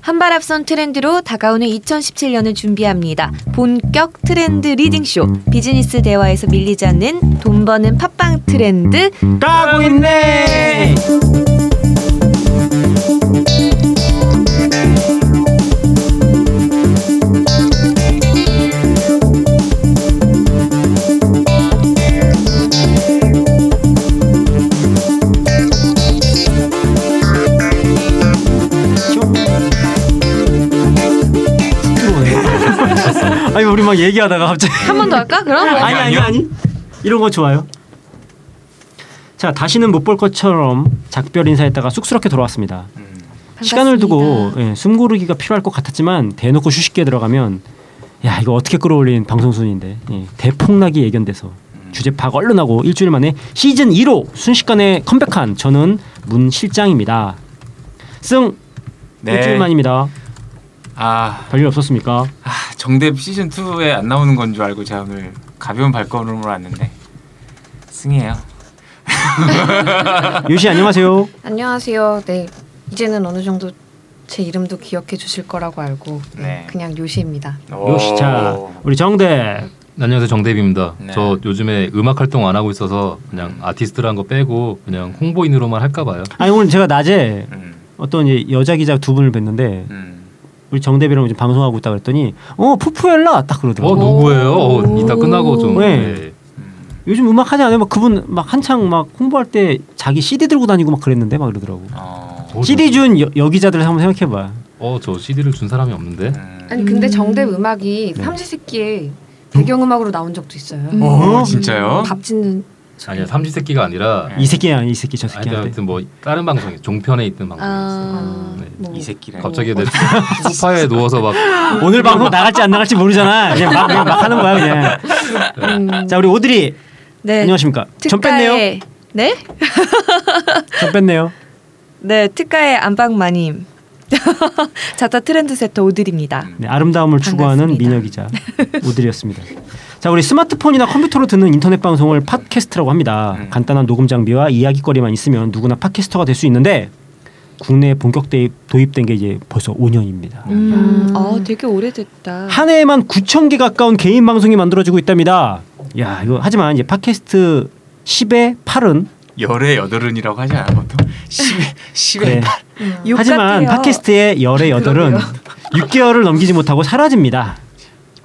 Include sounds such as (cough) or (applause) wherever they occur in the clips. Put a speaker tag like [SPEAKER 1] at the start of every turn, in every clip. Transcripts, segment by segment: [SPEAKER 1] 한발 앞선 트렌드로 다가오는 2017년을 준비합니다. 본격 트렌드 리딩쇼. 비즈니스 대화에서 밀리지 않는 돈 버는 팟빵 트렌드.
[SPEAKER 2] 까고 있네. 아니 우리 막 얘기하다가 갑자기
[SPEAKER 1] 한 번 더 할까? 그럼?
[SPEAKER 2] 아니 아니 아니 이런 거 좋아요. 자 다시는 못 볼 것처럼 작별 인사했다가 쑥스럽게 돌아왔습니다. 시간을 두고
[SPEAKER 1] 반갑습니다.
[SPEAKER 2] 예, 숨고르기가 필요할 것 같았지만 대놓고 휴식기에 들어가면 야 이거 어떻게 끌어올린 방송 순인데 예, 대폭락이 예견돼서 주제 파악 얼른 하고 일주일 만에 시즌 2로 순식간에 컴백한 저는 문 실장입니다. 승 일주일 만입니다.
[SPEAKER 3] 네. 아,
[SPEAKER 2] 별일 없었습니까?
[SPEAKER 3] 아, 정답 시즌 2에 안 나오는 건 줄 알고 제가 오늘 가벼운 발걸음으로 왔는데 승이에요.
[SPEAKER 2] 요시 (laughs) 안녕하세요.
[SPEAKER 4] 안녕하세요. 네. 이제는 어느 정도 제 이름도 기억해 주실 거라고 알고
[SPEAKER 3] 네.
[SPEAKER 4] 그냥 요시입니다.
[SPEAKER 2] 요시 자 우리 정대
[SPEAKER 5] 안녕하세요 정대입입니다.
[SPEAKER 3] 네. 음.
[SPEAKER 5] 저 요즘에 음악 활동 안 하고 있어서 그냥 아티스트란 거 빼고 그냥 홍보인으로만 할까 봐요.
[SPEAKER 2] 아니 오늘 제가 낮에
[SPEAKER 3] 음,
[SPEAKER 2] 어떤 이제 여자 기자 두 분을 뵀는데
[SPEAKER 3] 음.
[SPEAKER 2] 우리 정대비랑 이제 방송하고 있다 그랬더니 어 푸푸엘라 딱
[SPEAKER 5] 어
[SPEAKER 2] 그러더라고. 요
[SPEAKER 5] 누구예요? 어, 이따 끝나고 좀
[SPEAKER 2] 네.
[SPEAKER 5] 네.
[SPEAKER 3] 음.
[SPEAKER 2] 요즘 음악 하지 않아요? 막 그분 막 한창 막 홍보할 때 자기 CD 들고 다니고 막 그랬는데 막 그러더라고.
[SPEAKER 3] 어.
[SPEAKER 5] 어,
[SPEAKER 2] CD 준 여, 여기자들 한번 생각해봐.
[SPEAKER 5] 어저 CD를 준 사람이 없는데
[SPEAKER 3] 음.
[SPEAKER 4] 아니 근데
[SPEAKER 1] 음.
[SPEAKER 4] 정답 음악이
[SPEAKER 2] 네.
[SPEAKER 4] 삼시세끼에 배경음악으로 나온 적도 있어요.
[SPEAKER 1] 음.
[SPEAKER 3] 어, 진짜요?
[SPEAKER 4] 밥 짓는
[SPEAKER 5] 아니야 삼시세끼가 아니라
[SPEAKER 3] 네.
[SPEAKER 2] 이 새끼야 이 새끼 저
[SPEAKER 5] 아니,
[SPEAKER 2] 새끼한테.
[SPEAKER 5] 아무튼 뭐 다른 방송에 종편에 있던
[SPEAKER 1] 아.
[SPEAKER 5] 방송이었어요. 네.
[SPEAKER 4] 뭐
[SPEAKER 3] 이 새끼랑
[SPEAKER 5] 갑자기 내 소파에 누워서 막
[SPEAKER 2] 아, 오늘 방송 나갈지 안 나갈지 모르잖아. 그냥 막, 그냥 막 하는 거야 그냥.
[SPEAKER 4] 음,
[SPEAKER 2] 자 우리 오드리
[SPEAKER 1] 네.
[SPEAKER 2] 안녕하십니까? 전 뺐네요.
[SPEAKER 1] 특가의 네?
[SPEAKER 2] 전 뺐네요.
[SPEAKER 1] 네, 특가의 안방마님. (laughs) 자타 트렌드 세터 오드리입니다.
[SPEAKER 2] 네, 아름다움을 추구하는
[SPEAKER 1] 반갑습니다. (laughs)
[SPEAKER 2] 미녀 기자 오드리였습니다. 자, 우리 스마트폰이나 컴퓨터로 듣는 인터넷 방송을 팟캐스트라고 합니다.
[SPEAKER 3] 음.
[SPEAKER 2] 간단한 녹음 장비와 이야기거리만 있으면 누구나 팟캐스터가 될 수 있는데 국내에 본격 대입, 도입된 게 이제 벌써 5년입니다.
[SPEAKER 1] 음. 아, 되게 오래됐다.
[SPEAKER 2] 한 해에만 9천 개 가까운 개인 방송이 만들어지고 있답니다. 야, 이거 하지만 이제 팟캐스트 10의 8은
[SPEAKER 3] 열의 여덟은이라고 하지 않아 보통
[SPEAKER 2] 네.
[SPEAKER 3] 10에
[SPEAKER 1] 네.
[SPEAKER 3] 10에
[SPEAKER 2] 그래.
[SPEAKER 1] 욕
[SPEAKER 2] 하지만
[SPEAKER 1] 같아요.
[SPEAKER 2] 팟캐스트의 열의 여덟은 6개월을 넘기지 못하고 사라집니다.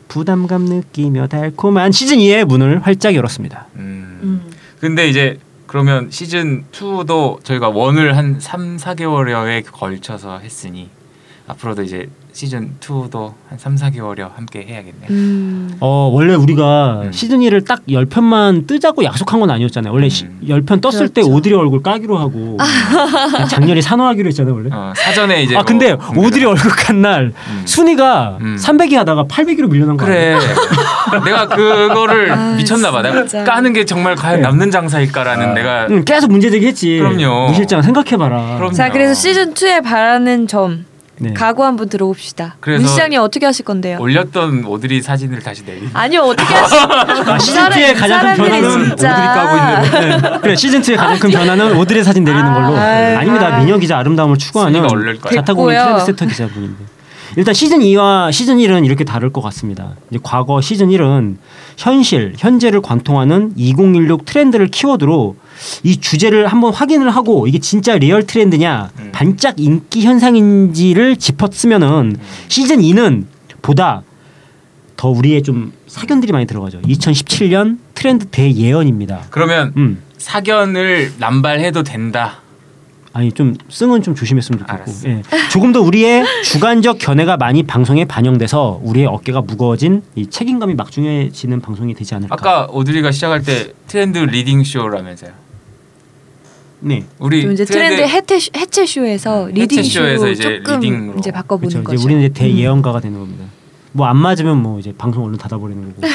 [SPEAKER 2] 부담감 느끼며 달콤한 시즌 2의 문을 활짝 열었습니다.
[SPEAKER 3] 음.
[SPEAKER 1] 음.
[SPEAKER 3] 근데 이제 그러면 시즌 2도 저희가 원을 한 3, 4개월여에 걸쳐서 했으니 앞으로도 이제 시즌 2도 한 3, 4개월여 함께 해야겠네요.
[SPEAKER 1] 음.
[SPEAKER 2] 어 원래 우리가
[SPEAKER 3] 음.
[SPEAKER 2] 시즌 2를 딱 10편만 뜨자고 약속한 건 아니었잖아요. 원래 시,
[SPEAKER 3] 음.
[SPEAKER 2] 10편 떴을 때
[SPEAKER 1] 그렇죠.
[SPEAKER 2] 오드리 얼굴
[SPEAKER 1] (laughs)
[SPEAKER 2] 까기로 하고 작년에 산호하기로 했잖아요, 원래.
[SPEAKER 3] 어, 사전에 이제
[SPEAKER 2] 아
[SPEAKER 3] 뭐
[SPEAKER 2] 근데
[SPEAKER 3] 공개를-
[SPEAKER 2] 오드리 얼굴 간 날
[SPEAKER 3] 음.
[SPEAKER 2] 순위가
[SPEAKER 3] 음.
[SPEAKER 2] 300위 하다가 800위로 밀려난 거 아니에요?
[SPEAKER 3] 그래. (laughs) 내가 그거를
[SPEAKER 1] 아,
[SPEAKER 3] 미쳤나 봐. 내가
[SPEAKER 1] 진짜.
[SPEAKER 3] 까는 게 정말
[SPEAKER 2] 네.
[SPEAKER 3] 과연 남는 장사일까라는
[SPEAKER 5] 아.
[SPEAKER 3] 내가
[SPEAKER 2] 응, 음, 계속 문제 제기했지.
[SPEAKER 3] 그럼요.
[SPEAKER 2] 무실장 생각해 봐라.
[SPEAKER 3] 그럼-
[SPEAKER 1] 자, 그래서 시즌 2에 바라는 점
[SPEAKER 2] 네.
[SPEAKER 1] 각오 한번 들어봅시다.
[SPEAKER 3] 그래서-
[SPEAKER 1] 문 시장님 어떻게 하실 건데요?
[SPEAKER 3] 올렸던 오드리 사진을 다시 내리.
[SPEAKER 1] 아니요 어떻게 하실?
[SPEAKER 2] (laughs) 아, 시즌 2의 가장 큰 변화는 오드리 까고 있는. 네. 그래 시즌 2의 가장 큰 변화는 오드리 사진 내리는
[SPEAKER 1] 아,
[SPEAKER 2] 걸로.
[SPEAKER 1] 아유.
[SPEAKER 2] 아닙니다. 민혁 기자 아름다움을 추구하는
[SPEAKER 3] 순위가 오를 거야.
[SPEAKER 2] 자타공인
[SPEAKER 1] 됐고요.
[SPEAKER 2] 트렌드 세터 기자분인데. 일단 시즌 2와 시즌 1은 이렇게 다를 것 같습니다. 이제 과거 시즌 1은 현실, 현재를 관통하는 2016 트렌드를 키워드로 이 주제를 한번 확인을 하고 이게 진짜 리얼 트렌드냐,
[SPEAKER 3] 음.
[SPEAKER 2] 반짝 인기 현상인지를 짚었으면은 시즌 2는 보다 더 우리의 좀 사견들이 많이 들어가죠. 2017년 트렌드 대예언입니다.
[SPEAKER 3] 그러면
[SPEAKER 2] 음.
[SPEAKER 3] 사견을 남발해도 된다.
[SPEAKER 2] 아니 좀 승은 좀 조심했으면 좋겠고
[SPEAKER 3] 알았어.
[SPEAKER 2] 예. 조금 더 우리의 주관적 견해가 많이 방송에 반영돼서 우리의 어깨가 무거워진 이 책임감이 막중해지는 방송이 되지 않을까.
[SPEAKER 3] 아까 오드리가 시작할 때 트렌드 리딩 쇼라면서요.
[SPEAKER 2] 네.
[SPEAKER 3] 우리
[SPEAKER 1] 좀 이제 트렌드 해체 해체 쇼에서 리딩
[SPEAKER 3] 해체쇼에서
[SPEAKER 1] 쇼로
[SPEAKER 3] 이제
[SPEAKER 1] 조금
[SPEAKER 3] 리딩으로.
[SPEAKER 1] 이제
[SPEAKER 2] 그렇죠.
[SPEAKER 1] 바꿔보는
[SPEAKER 2] 이제
[SPEAKER 1] 거죠. 음.
[SPEAKER 2] 우리는 이제 대예언가가 되는 겁니다. 뭐 안 맞으면 뭐 이제 방송 얼른 닫아버리는 거고.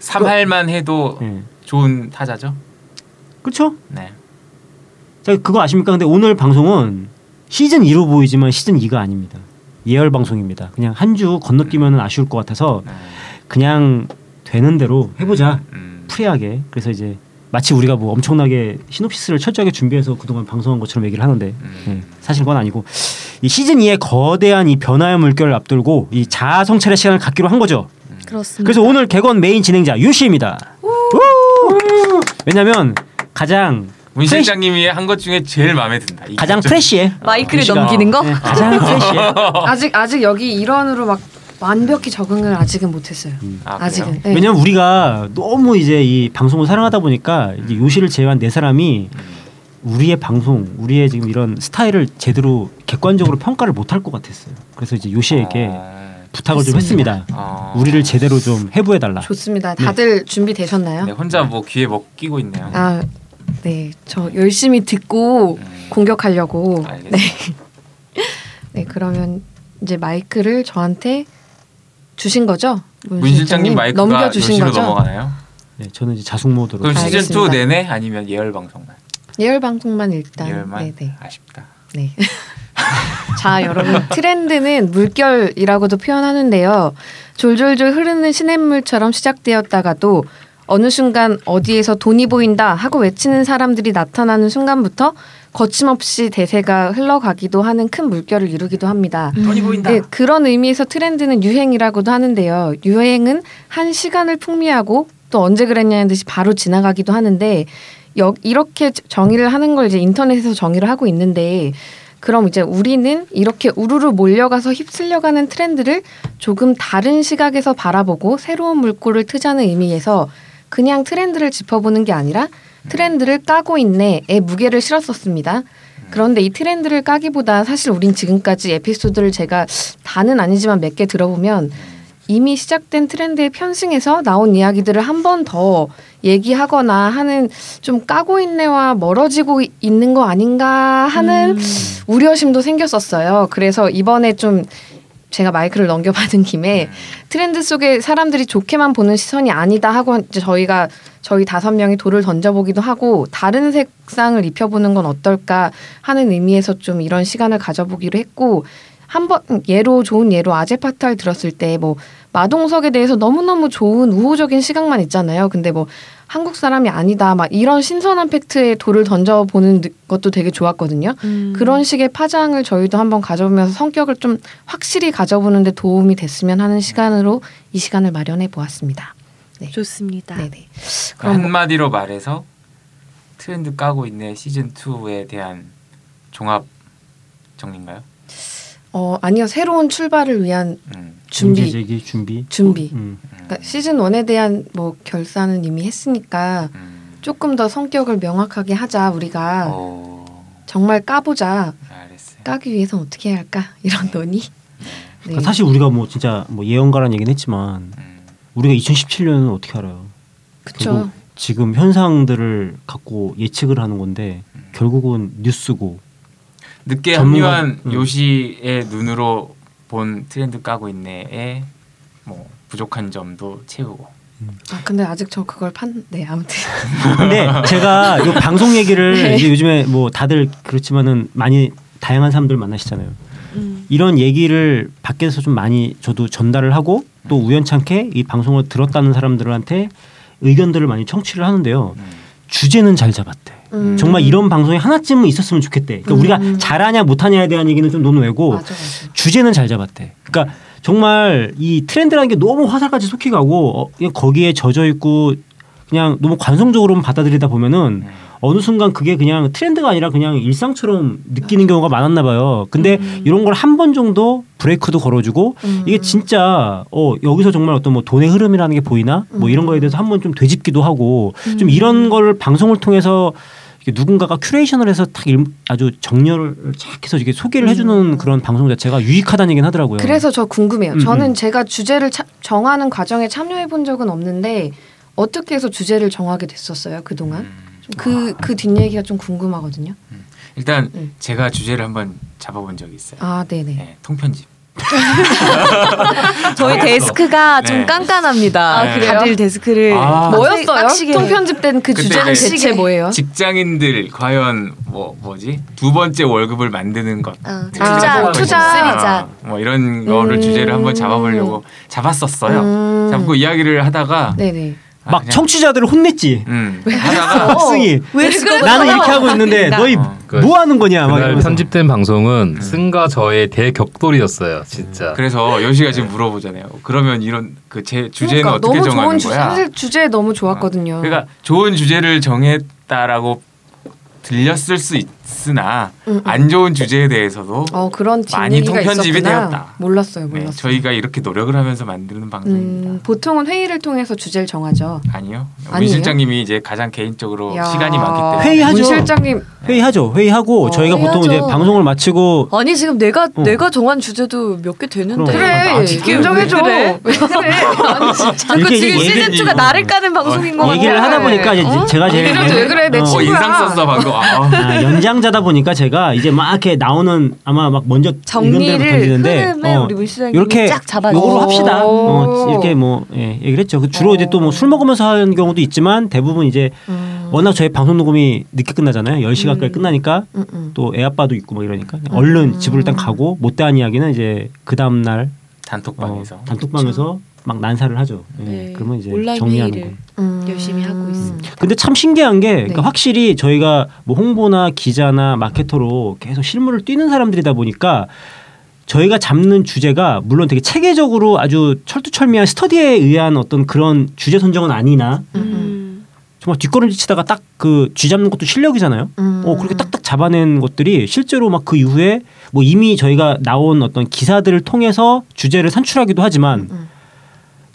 [SPEAKER 3] 3할만 해도
[SPEAKER 2] 예.
[SPEAKER 3] 좋은 타자죠.
[SPEAKER 2] 그렇죠?
[SPEAKER 3] 네.
[SPEAKER 2] 자 그거 아십니까? 근데 오늘 방송은 시즌 2로 보이지만 시즌 2가 아닙니다. 예열 방송입니다. 그냥 한 주 건너뛰면 아쉬울 것 같아서 그냥 되는 대로 해보자
[SPEAKER 3] 음.
[SPEAKER 2] 프리하게. 그래서 이제 마치 우리가 뭐 엄청나게 시놉시스를 철저하게 준비해서 그동안 방송한 것처럼 얘기를 하는데
[SPEAKER 3] 음.
[SPEAKER 2] 예, 사실 그건 아니고 이 시즌 2의 거대한 이 변화의 물결을 앞두고 이 자아 성찰의 시간을 갖기로 한 거죠.
[SPEAKER 1] 그렇습니다.
[SPEAKER 2] 그래서 오늘 개건 메인 진행자 윤 씨입니다. 우! 왜냐면 가장
[SPEAKER 3] 문
[SPEAKER 2] 프레시-
[SPEAKER 3] 실장님이 한 것 중에 제일 마음에 든다. 이
[SPEAKER 2] 가장
[SPEAKER 3] 결정.
[SPEAKER 2] 프레시해.
[SPEAKER 1] 마이크를
[SPEAKER 2] 윤 씨가.
[SPEAKER 1] 넘기는 거?
[SPEAKER 2] 네, 가장 프레시해.
[SPEAKER 4] 아직 아직 여기 일원으로 막 완벽히 적응을 아직은 못했어요.
[SPEAKER 3] 아, 그래요?
[SPEAKER 4] 아직은. 네.
[SPEAKER 2] 왜냐면 우리가 너무 이제 이 방송을 사랑하다 보니까 이제
[SPEAKER 4] 음.
[SPEAKER 2] 요시를 제외한 네 사람이 우리의 방송, 우리의 지금 이런 스타일을 제대로 객관적으로 평가를 못할 것 같았어요. 그래서 이제 요시에게
[SPEAKER 4] 아,
[SPEAKER 3] 어,
[SPEAKER 2] 부탁을 좀
[SPEAKER 4] 했습니다. 아.
[SPEAKER 2] 했습니다.
[SPEAKER 3] 어.
[SPEAKER 2] 우리를 제대로 좀 해부해 달라.
[SPEAKER 4] 좋습니다. 다들 준비 되셨나요?
[SPEAKER 3] 네, 혼자 뭐 귀에 먹 끼고 있네요.
[SPEAKER 4] 아, 네. 저 열심히 듣고
[SPEAKER 3] 음.
[SPEAKER 4] 공격하려고.
[SPEAKER 3] 알겠습니다.
[SPEAKER 4] 네. 네, 그러면 이제 마이크를 저한테 주신 거죠? 문
[SPEAKER 3] 문 실장님
[SPEAKER 4] 실장님?
[SPEAKER 3] 마이크가
[SPEAKER 4] 네. 넘겨주신
[SPEAKER 3] 요시로
[SPEAKER 4] 거죠? 네,
[SPEAKER 3] 넘어가나요?
[SPEAKER 2] 네, 저는 이제 자숙 모드로.
[SPEAKER 3] 그럼 시즌 2
[SPEAKER 4] 알겠습니다.
[SPEAKER 3] 내내 아니면 예열 방송만?
[SPEAKER 4] 예열 방송만 일단.
[SPEAKER 3] 예열만?
[SPEAKER 4] 네, 네.
[SPEAKER 3] 아쉽다.
[SPEAKER 4] 네. (laughs) 자, 여러분 트렌드는 물결이라고도 표현하는데요. 졸졸졸 흐르는 시냇물처럼 시작되었다가도 어느 순간 어디에서 돈이 보인다 하고 외치는 사람들이 나타나는 순간부터 거침없이 대세가 흘러가기도 하는 큰 물결을 이루기도 합니다.
[SPEAKER 1] 음. 돈이
[SPEAKER 4] 네, 그런 의미에서 트렌드는 유행이라고도 하는데요. 유행은 한 시간을 풍미하고 또 언제 그랬냐는 듯이 바로 지나가기도 하는데 여, 이렇게 정의를 하는 걸 이제 인터넷에서 정의를 하고 있는데 그럼 이제 우리는 이렇게 우르르 몰려가서 휩쓸려가는 트렌드를 조금 다른 시각에서 바라보고 새로운 물꼬를 트자는 의미에서 그냥 트렌드를 짚어보는 게 아니라 트렌드를 까고 있네의 무게를 실었었습니다. 그런데 이 트렌드를 까기보다 사실 우린 지금까지 에피소드를 제가 다는 아니지만 몇 개 들어보면 이미 시작된 트렌드에 편승해서 나온 이야기들을 한 번 더 얘기하거나 하는 좀 까고 있네와 멀어지고 이- 있는 거 아닌가 하는 우려심도 생겼었어요. 그래서 이번에 좀 제가 마이크를 넘겨받은 김에 트렌드 속에 사람들이 좋게만 보는 시선이 아니다 하고 이제 저희가 저희 다섯 명이 돌을 던져보기도 하고 다른 색상을 입혀보는 건 어떨까 하는 의미에서 좀 이런 시간을 가져보기로 했고 한번 예로 좋은 예로 아재 파탈 들었을 때 뭐 마동석에 대해서 너무너무 좋은 우호적인 시각만 있잖아요. 근데 뭐 한국 사람이 아니다 막 이런 신선한 팩트에 돌을 던져보는 느- 것도 되게 좋았거든요.
[SPEAKER 1] 음,
[SPEAKER 6] 음.
[SPEAKER 4] 그런 식의 파장을 저희도 한번 가져보면서 성격을 좀 확실히 가져보는데 도움이 됐으면 하는 시간으로 이 시간을 마련해 보았습니다.
[SPEAKER 1] 좋습니다.
[SPEAKER 4] 네네. 그럼 뭐
[SPEAKER 3] 한마디로 말해서 트렌드 까고 있네 시즌 2에 대한 종합 정리인가요?
[SPEAKER 4] 어 아니요 새로운 출발을 위한
[SPEAKER 3] 음.
[SPEAKER 2] 문제
[SPEAKER 4] 준비
[SPEAKER 2] 제기 준비.
[SPEAKER 4] 준비.
[SPEAKER 2] 음.
[SPEAKER 3] 음.
[SPEAKER 4] 그러니까 시즌 1에 대한 뭐 결산은 이미 했으니까
[SPEAKER 3] 음.
[SPEAKER 4] 조금 더 성격을 명확하게 하자 우리가
[SPEAKER 3] 어,
[SPEAKER 4] 정말 까보자
[SPEAKER 3] 알았어요.
[SPEAKER 4] 까기 위해서 어떻게 해야 할까 이런 논의. 네.
[SPEAKER 2] 그러니까 사실 우리가 뭐 진짜 뭐 예언가란 얘기는 했지만
[SPEAKER 3] 음.
[SPEAKER 2] 우리가 2017년은 어떻게 알아요?
[SPEAKER 4] 네. 그쵸.
[SPEAKER 2] 지금 현상들을 갖고 예측을 하는 건데
[SPEAKER 4] 음.
[SPEAKER 2] 결국은 뉴스고
[SPEAKER 3] 늦게
[SPEAKER 2] 전문가-
[SPEAKER 3] 합류한
[SPEAKER 2] 음.
[SPEAKER 3] 요시의 눈으로 본 트렌드 까고 있네에 뭐 부족한 점도 채우고
[SPEAKER 4] 아 근데 아직 저 그걸 판. 네 아무튼 (laughs)
[SPEAKER 2] 근데 제가 이 방송 얘기를
[SPEAKER 4] 네.
[SPEAKER 2] 이제 요즘에 뭐 다들 그렇지만은 많이 다양한 사람들 만나시잖아요.
[SPEAKER 1] 음.
[SPEAKER 2] 이런 얘기를 밖에서 좀 많이 저도 전달을 하고 또 우연찮게 이 방송을 들었다는 사람들한테 의견들을 많이 청취를 하는데요.
[SPEAKER 3] 음.
[SPEAKER 2] 주제는 잘 잡았대.
[SPEAKER 4] 음.
[SPEAKER 2] 정말 이런 방송이 하나쯤은 있었으면 좋겠대. 그러니까
[SPEAKER 4] 음.
[SPEAKER 2] 우리가 잘하냐 못하냐에 대한 얘기는 좀 논외고
[SPEAKER 4] 맞아 맞아.
[SPEAKER 2] 주제는 잘 잡았대. 그러니까 정말 이 트렌드라는 게 너무 화살같이 속히 가고 어, 그냥 거기에 젖어 있고 그냥 너무 관성적으로만 받아들이다 보면은
[SPEAKER 3] 음.
[SPEAKER 2] 어느 순간 그게 그냥 트렌드가 아니라 그냥 일상처럼 느끼는 경우가 많았나 봐요. 근데 이런 걸 한 번 정도 브레이크도 걸어주고
[SPEAKER 4] 음.
[SPEAKER 2] 이게 진짜 어 여기서 정말 어떤 뭐 돈의 흐름이라는 게 보이나 뭐 이런 거에 대해서 한번 좀 되짚기도 하고 좀 이런 거를 방송을 통해서 이렇게 누군가가 큐레이션을 해서 딱 일- 아주 정렬을 착 해서 이렇게 소개를 해주는 그런 방송 자체가 유익하다는 얘기는 하더라고요.
[SPEAKER 4] 그래서 저 궁금해요.
[SPEAKER 2] 음,
[SPEAKER 4] 저는
[SPEAKER 2] 음.
[SPEAKER 4] 제가 주제를 차- 정하는 과정에 참여해 본 적은 없는데 어떻게 해서 주제를 정하게 됐었어요 그 동안?
[SPEAKER 3] 음.
[SPEAKER 4] 그그 뒷얘기가 좀 궁금하거든요.
[SPEAKER 3] 일단
[SPEAKER 4] 음.
[SPEAKER 3] 제가 주제를 한번 잡아본 적이 있어요.
[SPEAKER 4] 아 네네.
[SPEAKER 3] 네, 통편집.
[SPEAKER 1] 저희 데스크가
[SPEAKER 3] 네.
[SPEAKER 1] 좀 깐깐합니다.
[SPEAKER 3] 아, 그래요?
[SPEAKER 1] 다들 데스크를
[SPEAKER 3] 아.
[SPEAKER 4] 뭐였어요?
[SPEAKER 1] 빡시게.
[SPEAKER 4] 통편집된 그
[SPEAKER 3] 그때
[SPEAKER 4] 주제는
[SPEAKER 3] 이제
[SPEAKER 4] 대체 뭐예요?
[SPEAKER 3] 직장인들 과연 뭐 뭐지 두 번째 월급을 만드는 것 네,
[SPEAKER 1] 어,
[SPEAKER 4] 투자, 뭐 투자.
[SPEAKER 1] 쓰리자.
[SPEAKER 3] 뭐 이런 거를
[SPEAKER 4] 음.
[SPEAKER 3] 주제를 한번 잡아보려고 잡았었어요
[SPEAKER 4] 음.
[SPEAKER 3] 잡고 이야기를 하다가
[SPEAKER 4] 네네.
[SPEAKER 3] 아 아,
[SPEAKER 2] 막
[SPEAKER 3] 그냥-
[SPEAKER 2] 청취자들을 혼냈지.
[SPEAKER 3] 음. 하다가
[SPEAKER 2] 학승이
[SPEAKER 1] 왜
[SPEAKER 2] 나는 이렇게 하고 있는데 너희
[SPEAKER 3] 어.
[SPEAKER 2] 뭐 하는 거냐 막
[SPEAKER 5] 그날
[SPEAKER 2] 이러면서.
[SPEAKER 5] 편집된 방송은 승과 저의 대격돌이었어요, 진짜.
[SPEAKER 3] 음. 그래서 연시가 지금 물어보잖아요. 그러면 이런 그 제 주제는
[SPEAKER 4] 그러니까
[SPEAKER 3] 어떻게
[SPEAKER 4] 너무
[SPEAKER 3] 정하는
[SPEAKER 4] 좋은 주제,
[SPEAKER 3] 거야?
[SPEAKER 4] 사실 주제 너무 좋았거든요.
[SPEAKER 3] 그러니까 좋은 주제를 정했다라고 들렸을 수 있으나
[SPEAKER 4] 음, 음.
[SPEAKER 3] 안 좋은 주제에 대해서도
[SPEAKER 4] 어 그런
[SPEAKER 3] 많이
[SPEAKER 4] 진위가
[SPEAKER 3] 통편집이
[SPEAKER 4] 있었구나.
[SPEAKER 3] 되었다.
[SPEAKER 4] 몰랐어요,
[SPEAKER 3] 네,
[SPEAKER 4] 몰랐어요.
[SPEAKER 3] 저희가 이렇게 노력을 하면서 만드는 방송입니다.
[SPEAKER 4] 음, 보통은 회의를 통해서 주제를 정하죠.
[SPEAKER 3] 아니요. 문
[SPEAKER 4] 아니에요?
[SPEAKER 3] 실장님이 이제 가장 개인적으로
[SPEAKER 4] 야.
[SPEAKER 3] 어, 시간이 많기 때문에
[SPEAKER 2] 회의하죠.
[SPEAKER 4] 문 실장님
[SPEAKER 2] 회의하죠. 회의하고
[SPEAKER 4] 어,
[SPEAKER 2] 저희가 보통
[SPEAKER 1] 회의하죠.
[SPEAKER 2] 이제 방송을 마치고
[SPEAKER 1] 아니 지금 내가
[SPEAKER 2] 어.
[SPEAKER 1] 내가 정한 주제도 몇 개 되는데.
[SPEAKER 4] 그래
[SPEAKER 3] 아, 진짜
[SPEAKER 4] 인정해줘.
[SPEAKER 1] 그래?
[SPEAKER 4] (laughs) 왜 그래? 아니, 진짜.
[SPEAKER 1] 자꾸
[SPEAKER 2] 이게
[SPEAKER 1] 지금
[SPEAKER 2] 이게
[SPEAKER 1] 시즌 2가
[SPEAKER 3] 얘기를-
[SPEAKER 1] 나를 까는 방송인 것 같아.
[SPEAKER 2] 어, 얘기를 하다 보니까 이제
[SPEAKER 1] 어?
[SPEAKER 2] 제가 제일
[SPEAKER 4] 이래도 왜 그래? 내
[SPEAKER 2] 어,
[SPEAKER 3] 어,
[SPEAKER 4] 친구야.
[SPEAKER 3] 인상 썼어 방금. 아,
[SPEAKER 2] 아, 연장자다 보니까 제가 이제 막 이렇게 나오는 아마 막 먼저 의견들을
[SPEAKER 1] 정리를
[SPEAKER 2] 던지는데
[SPEAKER 1] 흐름에
[SPEAKER 2] 어,
[SPEAKER 1] 우리 문 시장님이
[SPEAKER 2] 이렇게
[SPEAKER 1] 쫙 잡아줘.
[SPEAKER 2] 요거로 합시다. 어,
[SPEAKER 4] 오.
[SPEAKER 2] 이렇게 뭐 예, 얘기를 했죠. 그 주로
[SPEAKER 4] 어.
[SPEAKER 2] 이제 또 뭐 술 먹으면서 하는 경우도 있지만 대부분 이제
[SPEAKER 1] 음.
[SPEAKER 2] 워낙 저희 방송 녹음이 늦게 끝나잖아요. 10시가까지 끝나니까
[SPEAKER 4] 음, 음.
[SPEAKER 2] 또 애 아빠도 있고 뭐 이러니까
[SPEAKER 1] 음.
[SPEAKER 2] 얼른 집으로 일단 가고 못다한 이야기는 이제 그 다음 날 어,
[SPEAKER 3] 단톡방에서.
[SPEAKER 2] 단톡방에서 막 난사를 하죠. 예,
[SPEAKER 1] 네,
[SPEAKER 2] 그러면 이제
[SPEAKER 1] 온라인
[SPEAKER 2] 정리하는
[SPEAKER 1] 회의를.
[SPEAKER 2] 거.
[SPEAKER 4] (laughs) 음.
[SPEAKER 1] 열심히 하고 있습니다.
[SPEAKER 2] 근데 참 신기한 게 그러니까
[SPEAKER 4] 네.
[SPEAKER 2] 확실히 저희가 뭐 홍보나 기자나 마케터로 계속 실물을 뛰는 사람들이다 보니까 저희가 잡는 주제가 물론 되게 체계적으로 아주 철두철미한 스터디에 의한 어떤 그런 주제 선정은 아니나
[SPEAKER 1] 음.
[SPEAKER 2] 정말 뒷걸음질 치다가 딱 그 쥐 잡는 것도 실력이잖아요.
[SPEAKER 4] 음.
[SPEAKER 2] 어 그렇게 딱딱 잡아낸 것들이 실제로 막 그 이후에 뭐 이미 저희가 나온 어떤 기사들을 통해서 주제를 산출하기도 하지만
[SPEAKER 4] 음.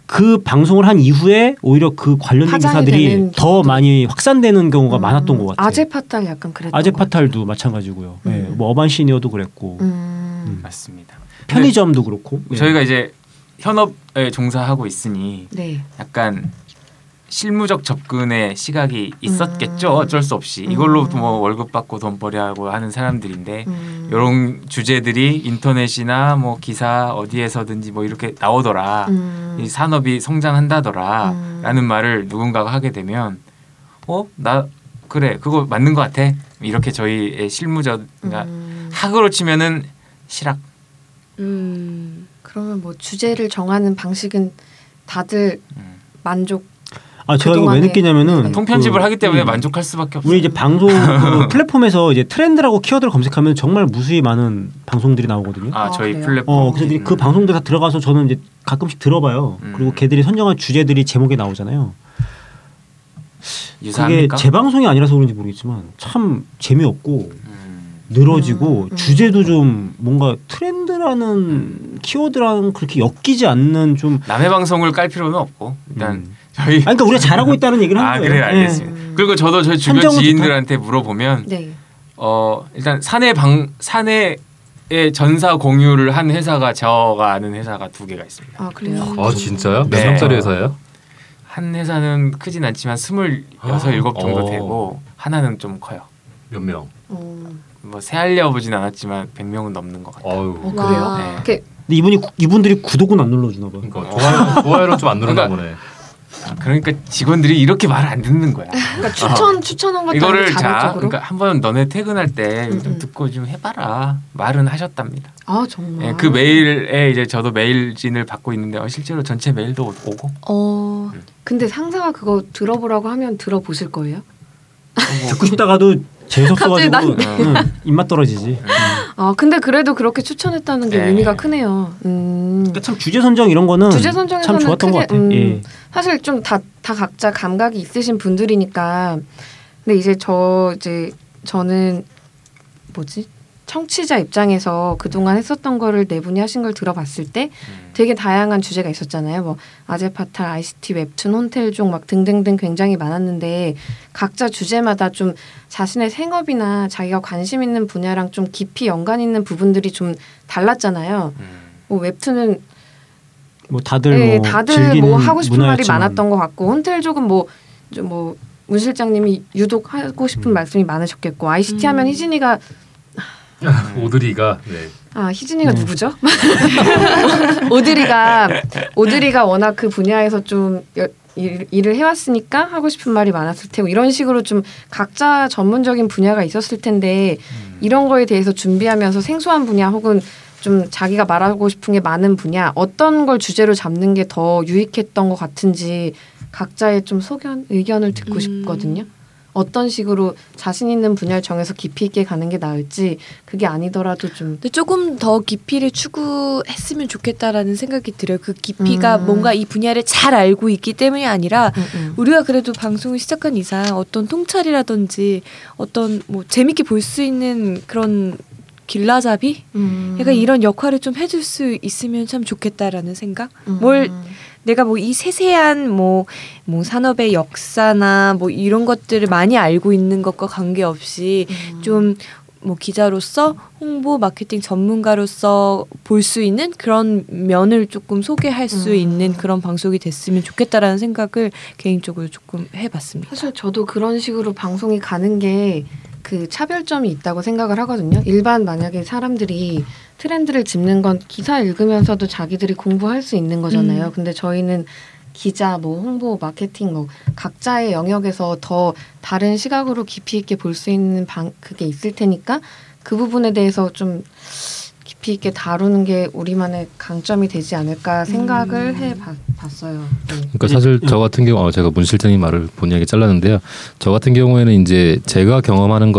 [SPEAKER 2] 그 방송을 한 이후에 오히려 그 관련된
[SPEAKER 4] 파장이
[SPEAKER 2] 기사들이
[SPEAKER 4] 되는 음.
[SPEAKER 2] 더 많이 확산되는 경우가 많았던 것 같아요.
[SPEAKER 4] 아재 파탈 약간 그랬던
[SPEAKER 2] 아재
[SPEAKER 4] 것 같아요.
[SPEAKER 2] 파탈도 마찬가지고요.
[SPEAKER 4] 음.
[SPEAKER 2] 예, 뭐 어반 시니어도 그랬고
[SPEAKER 4] 음.
[SPEAKER 3] 맞습니다.
[SPEAKER 2] 편의점도 그렇고 예.
[SPEAKER 3] 저희가 이제 현업에 종사하고 있으니
[SPEAKER 4] 네.
[SPEAKER 3] 약간 실무적 접근의 시각이 있었겠죠. 어쩔 수 없이
[SPEAKER 4] 음.
[SPEAKER 3] 이걸로 뭐 월급 받고 돈벌이하고 하는 사람들인데
[SPEAKER 4] 음.
[SPEAKER 3] 이런 주제들이 인터넷이나 뭐 기사 어디에서든지 뭐 이렇게 나오더라.
[SPEAKER 4] 음.
[SPEAKER 3] 이 산업이
[SPEAKER 4] 음.
[SPEAKER 3] 성장한다더라라는 말을 누군가가 하게 되면 어 나 그래 그거 맞는 것 같아 이렇게 저희의 실무자 그러니까
[SPEAKER 4] 음.
[SPEAKER 3] 학으로 치면은 실학
[SPEAKER 1] 음.
[SPEAKER 4] 그러면 뭐 주제를 정하는 방식은 다들
[SPEAKER 3] 음.
[SPEAKER 4] 만족.
[SPEAKER 2] 아 제가 이거 왜
[SPEAKER 4] 그동안에
[SPEAKER 2] 느끼냐면은
[SPEAKER 3] 통편집을
[SPEAKER 2] 그-
[SPEAKER 3] 하기 때문에
[SPEAKER 2] 음.
[SPEAKER 3] 만족할 수밖에 없어요.
[SPEAKER 2] 우리 이제
[SPEAKER 3] (laughs)
[SPEAKER 2] 방송 그 플랫폼에서 이제 트렌드라고 키워드를 검색하면 정말 무수히 많은 방송들이 나오거든요.
[SPEAKER 3] 아
[SPEAKER 4] 아,
[SPEAKER 3] 저희
[SPEAKER 4] 그래요?
[SPEAKER 3] 플랫폼
[SPEAKER 2] 어, 그래서 이제 그 방송들 다 들어가서 저는 이제 가끔씩 들어봐요.
[SPEAKER 3] 음.
[SPEAKER 2] 그리고 걔들이 선정한 주제들이 제목에 나오잖아요. 그게
[SPEAKER 3] 유사합니까?
[SPEAKER 2] 재방송이 아니라서 그런지 모르겠지만 참 재미없고
[SPEAKER 3] 음.
[SPEAKER 2] 늘어지고
[SPEAKER 4] 음, 음.
[SPEAKER 2] 주제도 좀 뭔가 트렌드라는 키워드랑 그렇게 엮이지 않는 좀
[SPEAKER 3] 남의 방송을 깔 필요는 없고 일단
[SPEAKER 2] 음.
[SPEAKER 3] 저희
[SPEAKER 2] 아니, 그러니까 우리가 잘하고 있다는 얘기를 하는
[SPEAKER 3] 아
[SPEAKER 2] 거예요.
[SPEAKER 3] 그래
[SPEAKER 2] 예.
[SPEAKER 3] 알겠습니다.
[SPEAKER 4] 음.
[SPEAKER 3] 그리고 저도 저희 주변
[SPEAKER 2] 한정은 좋다.
[SPEAKER 3] 지인들한테 물어보면
[SPEAKER 4] 네.
[SPEAKER 3] 어 일단 사내 방 사내의 전사 공유를 한 회사가 저가 아는 회사가 두 개가 있습니다.
[SPEAKER 4] 아 그래요.
[SPEAKER 5] 아 진짜요? 몇
[SPEAKER 3] 네.
[SPEAKER 5] 명짜리 회사예요?
[SPEAKER 3] 한 회사는 크진 않지만 스물여섯 일곱 정도
[SPEAKER 5] 어.
[SPEAKER 3] 되고 하나는 좀 커요.
[SPEAKER 5] 몇 명?
[SPEAKER 4] 어.
[SPEAKER 3] 뭐 세알려 보진 않았지만 100명은 넘는 것 같아요. 네.
[SPEAKER 5] 어우.
[SPEAKER 4] 그래요?
[SPEAKER 1] 와.
[SPEAKER 4] 이렇게
[SPEAKER 2] 예. 근데 이분이 구- 이분들이 구독은 안 눌러주나 봐.
[SPEAKER 5] 그러니까 좋아요, 좋아요를 좀 안 누르나
[SPEAKER 3] 그러니까-
[SPEAKER 5] 보네.
[SPEAKER 3] 그러니까 직원들이 이렇게 말을 안 듣는 거야.
[SPEAKER 4] 그러니까 추천 (laughs) 추천한 것도
[SPEAKER 3] 이거를
[SPEAKER 4] 아니고
[SPEAKER 3] 자,
[SPEAKER 4] 자발적으로.
[SPEAKER 3] 그러니까 한번 너네 퇴근할 때 좀
[SPEAKER 4] 음, 음.
[SPEAKER 3] 듣고 좀 해봐라. 말은 하셨답니다.
[SPEAKER 4] 아 정말.
[SPEAKER 3] 예, 그 메일에 이제 저도 메일진을 받고 있는데 어, 실제로 전체 메일도 오- 오고
[SPEAKER 4] 어. 근데 상사가 그거 들어보라고 하면 들어보실 거예요?
[SPEAKER 2] 듣고 싶다가도 재수없어가지고
[SPEAKER 4] 갑자기 난-
[SPEAKER 2] 응, 입맛 떨어지지.
[SPEAKER 3] 음,
[SPEAKER 4] 아 근데 그래도 그렇게 추천했다는 게
[SPEAKER 3] 네.
[SPEAKER 4] 의미가 크네요. 음.
[SPEAKER 2] 그러니까 참 주제 선정 이런 거는
[SPEAKER 4] 주제
[SPEAKER 2] 참
[SPEAKER 4] 선정에서는
[SPEAKER 2] 좋았던 것
[SPEAKER 4] 크게,
[SPEAKER 2] 같아. 요
[SPEAKER 4] 음,
[SPEAKER 2] 예.
[SPEAKER 4] 사실 좀 다 다 각자 감각이 있으신 분들이니까 근데 이제 저 이제 저는 뭐지 청취자 입장에서 그동안 했었던 거를 네 분이 하신 걸 들어봤을 때
[SPEAKER 3] 음.
[SPEAKER 4] 되게 다양한 주제가 있었잖아요 뭐 아재파탈 ICT 웹툰 혼텔종 막 등등등 굉장히 많았는데 각자 주제마다 좀 자신의 생업이나 자기가 관심 있는 분야랑 좀 깊이 연관 있는 부분들이 좀 달랐잖아요
[SPEAKER 3] 음.
[SPEAKER 4] 뭐 웹툰은
[SPEAKER 2] 뭐 다들
[SPEAKER 4] 네,
[SPEAKER 2] 뭐
[SPEAKER 4] 다들
[SPEAKER 2] 즐기는
[SPEAKER 4] 뭐 하고 싶은 말이
[SPEAKER 2] 문화였지만
[SPEAKER 4] 많았던 것 같고 혼텔족은 뭐, 뭐뭐문 실장님이 유독 하고 싶은
[SPEAKER 2] 음.
[SPEAKER 4] 말씀이 많으셨겠고 ICT
[SPEAKER 1] 음.
[SPEAKER 4] 하면 희진이가
[SPEAKER 5] 오드리가 네.
[SPEAKER 4] 아 희진이가
[SPEAKER 2] 네.
[SPEAKER 4] 누구죠? (laughs) 오드리가 오드리가 워낙 그 분야에서 좀 여- 일, 일을 해왔으니까 하고 싶은 말이 많았을 테고 이런 식으로 좀 각자 전문적인 분야가 있었을 텐데
[SPEAKER 3] 음.
[SPEAKER 4] 이런 거에 대해서 준비하면서 생소한 분야 혹은 좀 자기가 말하고 싶은 게 많은 분야 어떤 걸 주제로 잡는 게 더 유익했던 것 같은지 각자의 좀 소견 의견을 듣고
[SPEAKER 1] 음.
[SPEAKER 4] 싶거든요. 어떤 식으로 자신 있는 분야를 정해서 깊이 있게 가는 게 나을지 그게 아니더라도 좀
[SPEAKER 6] 근데 조금 더 깊이를 추구했으면 좋겠다라는 생각이 들어요. 그 깊이가
[SPEAKER 4] 음.
[SPEAKER 6] 뭔가 이 분야를 잘 알고 있기 때문이 아니라
[SPEAKER 4] 음, 음.
[SPEAKER 6] 우리가 그래도 방송을 시작한 이상 어떤 통찰이라든지 어떤 뭐 재밌게 볼 수 있는 그런 길라잡이?
[SPEAKER 4] 음,
[SPEAKER 6] 약간 그러니까 이런 역할을 좀 해줄 수 있으면 참 좋겠다라는 생각?
[SPEAKER 4] 음.
[SPEAKER 6] 뭘 내가 뭐 이 세세한 뭐, 뭐 산업의 역사나 뭐 이런 것들을 많이 알고 있는 것과 관계없이
[SPEAKER 4] 음.
[SPEAKER 6] 좀 뭐 기자로서 홍보 마케팅 전문가로서 볼 수 있는 그런 면을 조금 소개할 수
[SPEAKER 4] 음.
[SPEAKER 6] 있는 그런 방송이 됐으면 좋겠다라는 생각을 개인적으로 조금 해봤습니다.
[SPEAKER 4] 사실 저도 그런 식으로 방송이 가는 게 그 차별점이 있다고 생각을 하거든요. 일반 만약에 사람들이 트렌드를 짚는 건 기사 읽으면서도 자기들이 공부할 수 있는 거잖아요.
[SPEAKER 6] 음.
[SPEAKER 4] 근데 저희는 기자, 뭐 홍보, 마케팅, 뭐 각자의 영역에서 더 다른 시각으로 깊이 있게 볼 수 있는 방 그게 있을 테니까 그 부분에 대해서 좀 깊이 있게 다루는 게 우리만의 강점이 되지 않을까
[SPEAKER 6] 음.
[SPEAKER 4] 생각을 해봤어요. 네.
[SPEAKER 5] 그러니까 사실 저 같은 경우 아, 제가 문 실장님 말을 본이하게 잘랐는데요. 저 같은 경우에는 이제 제가 경험하는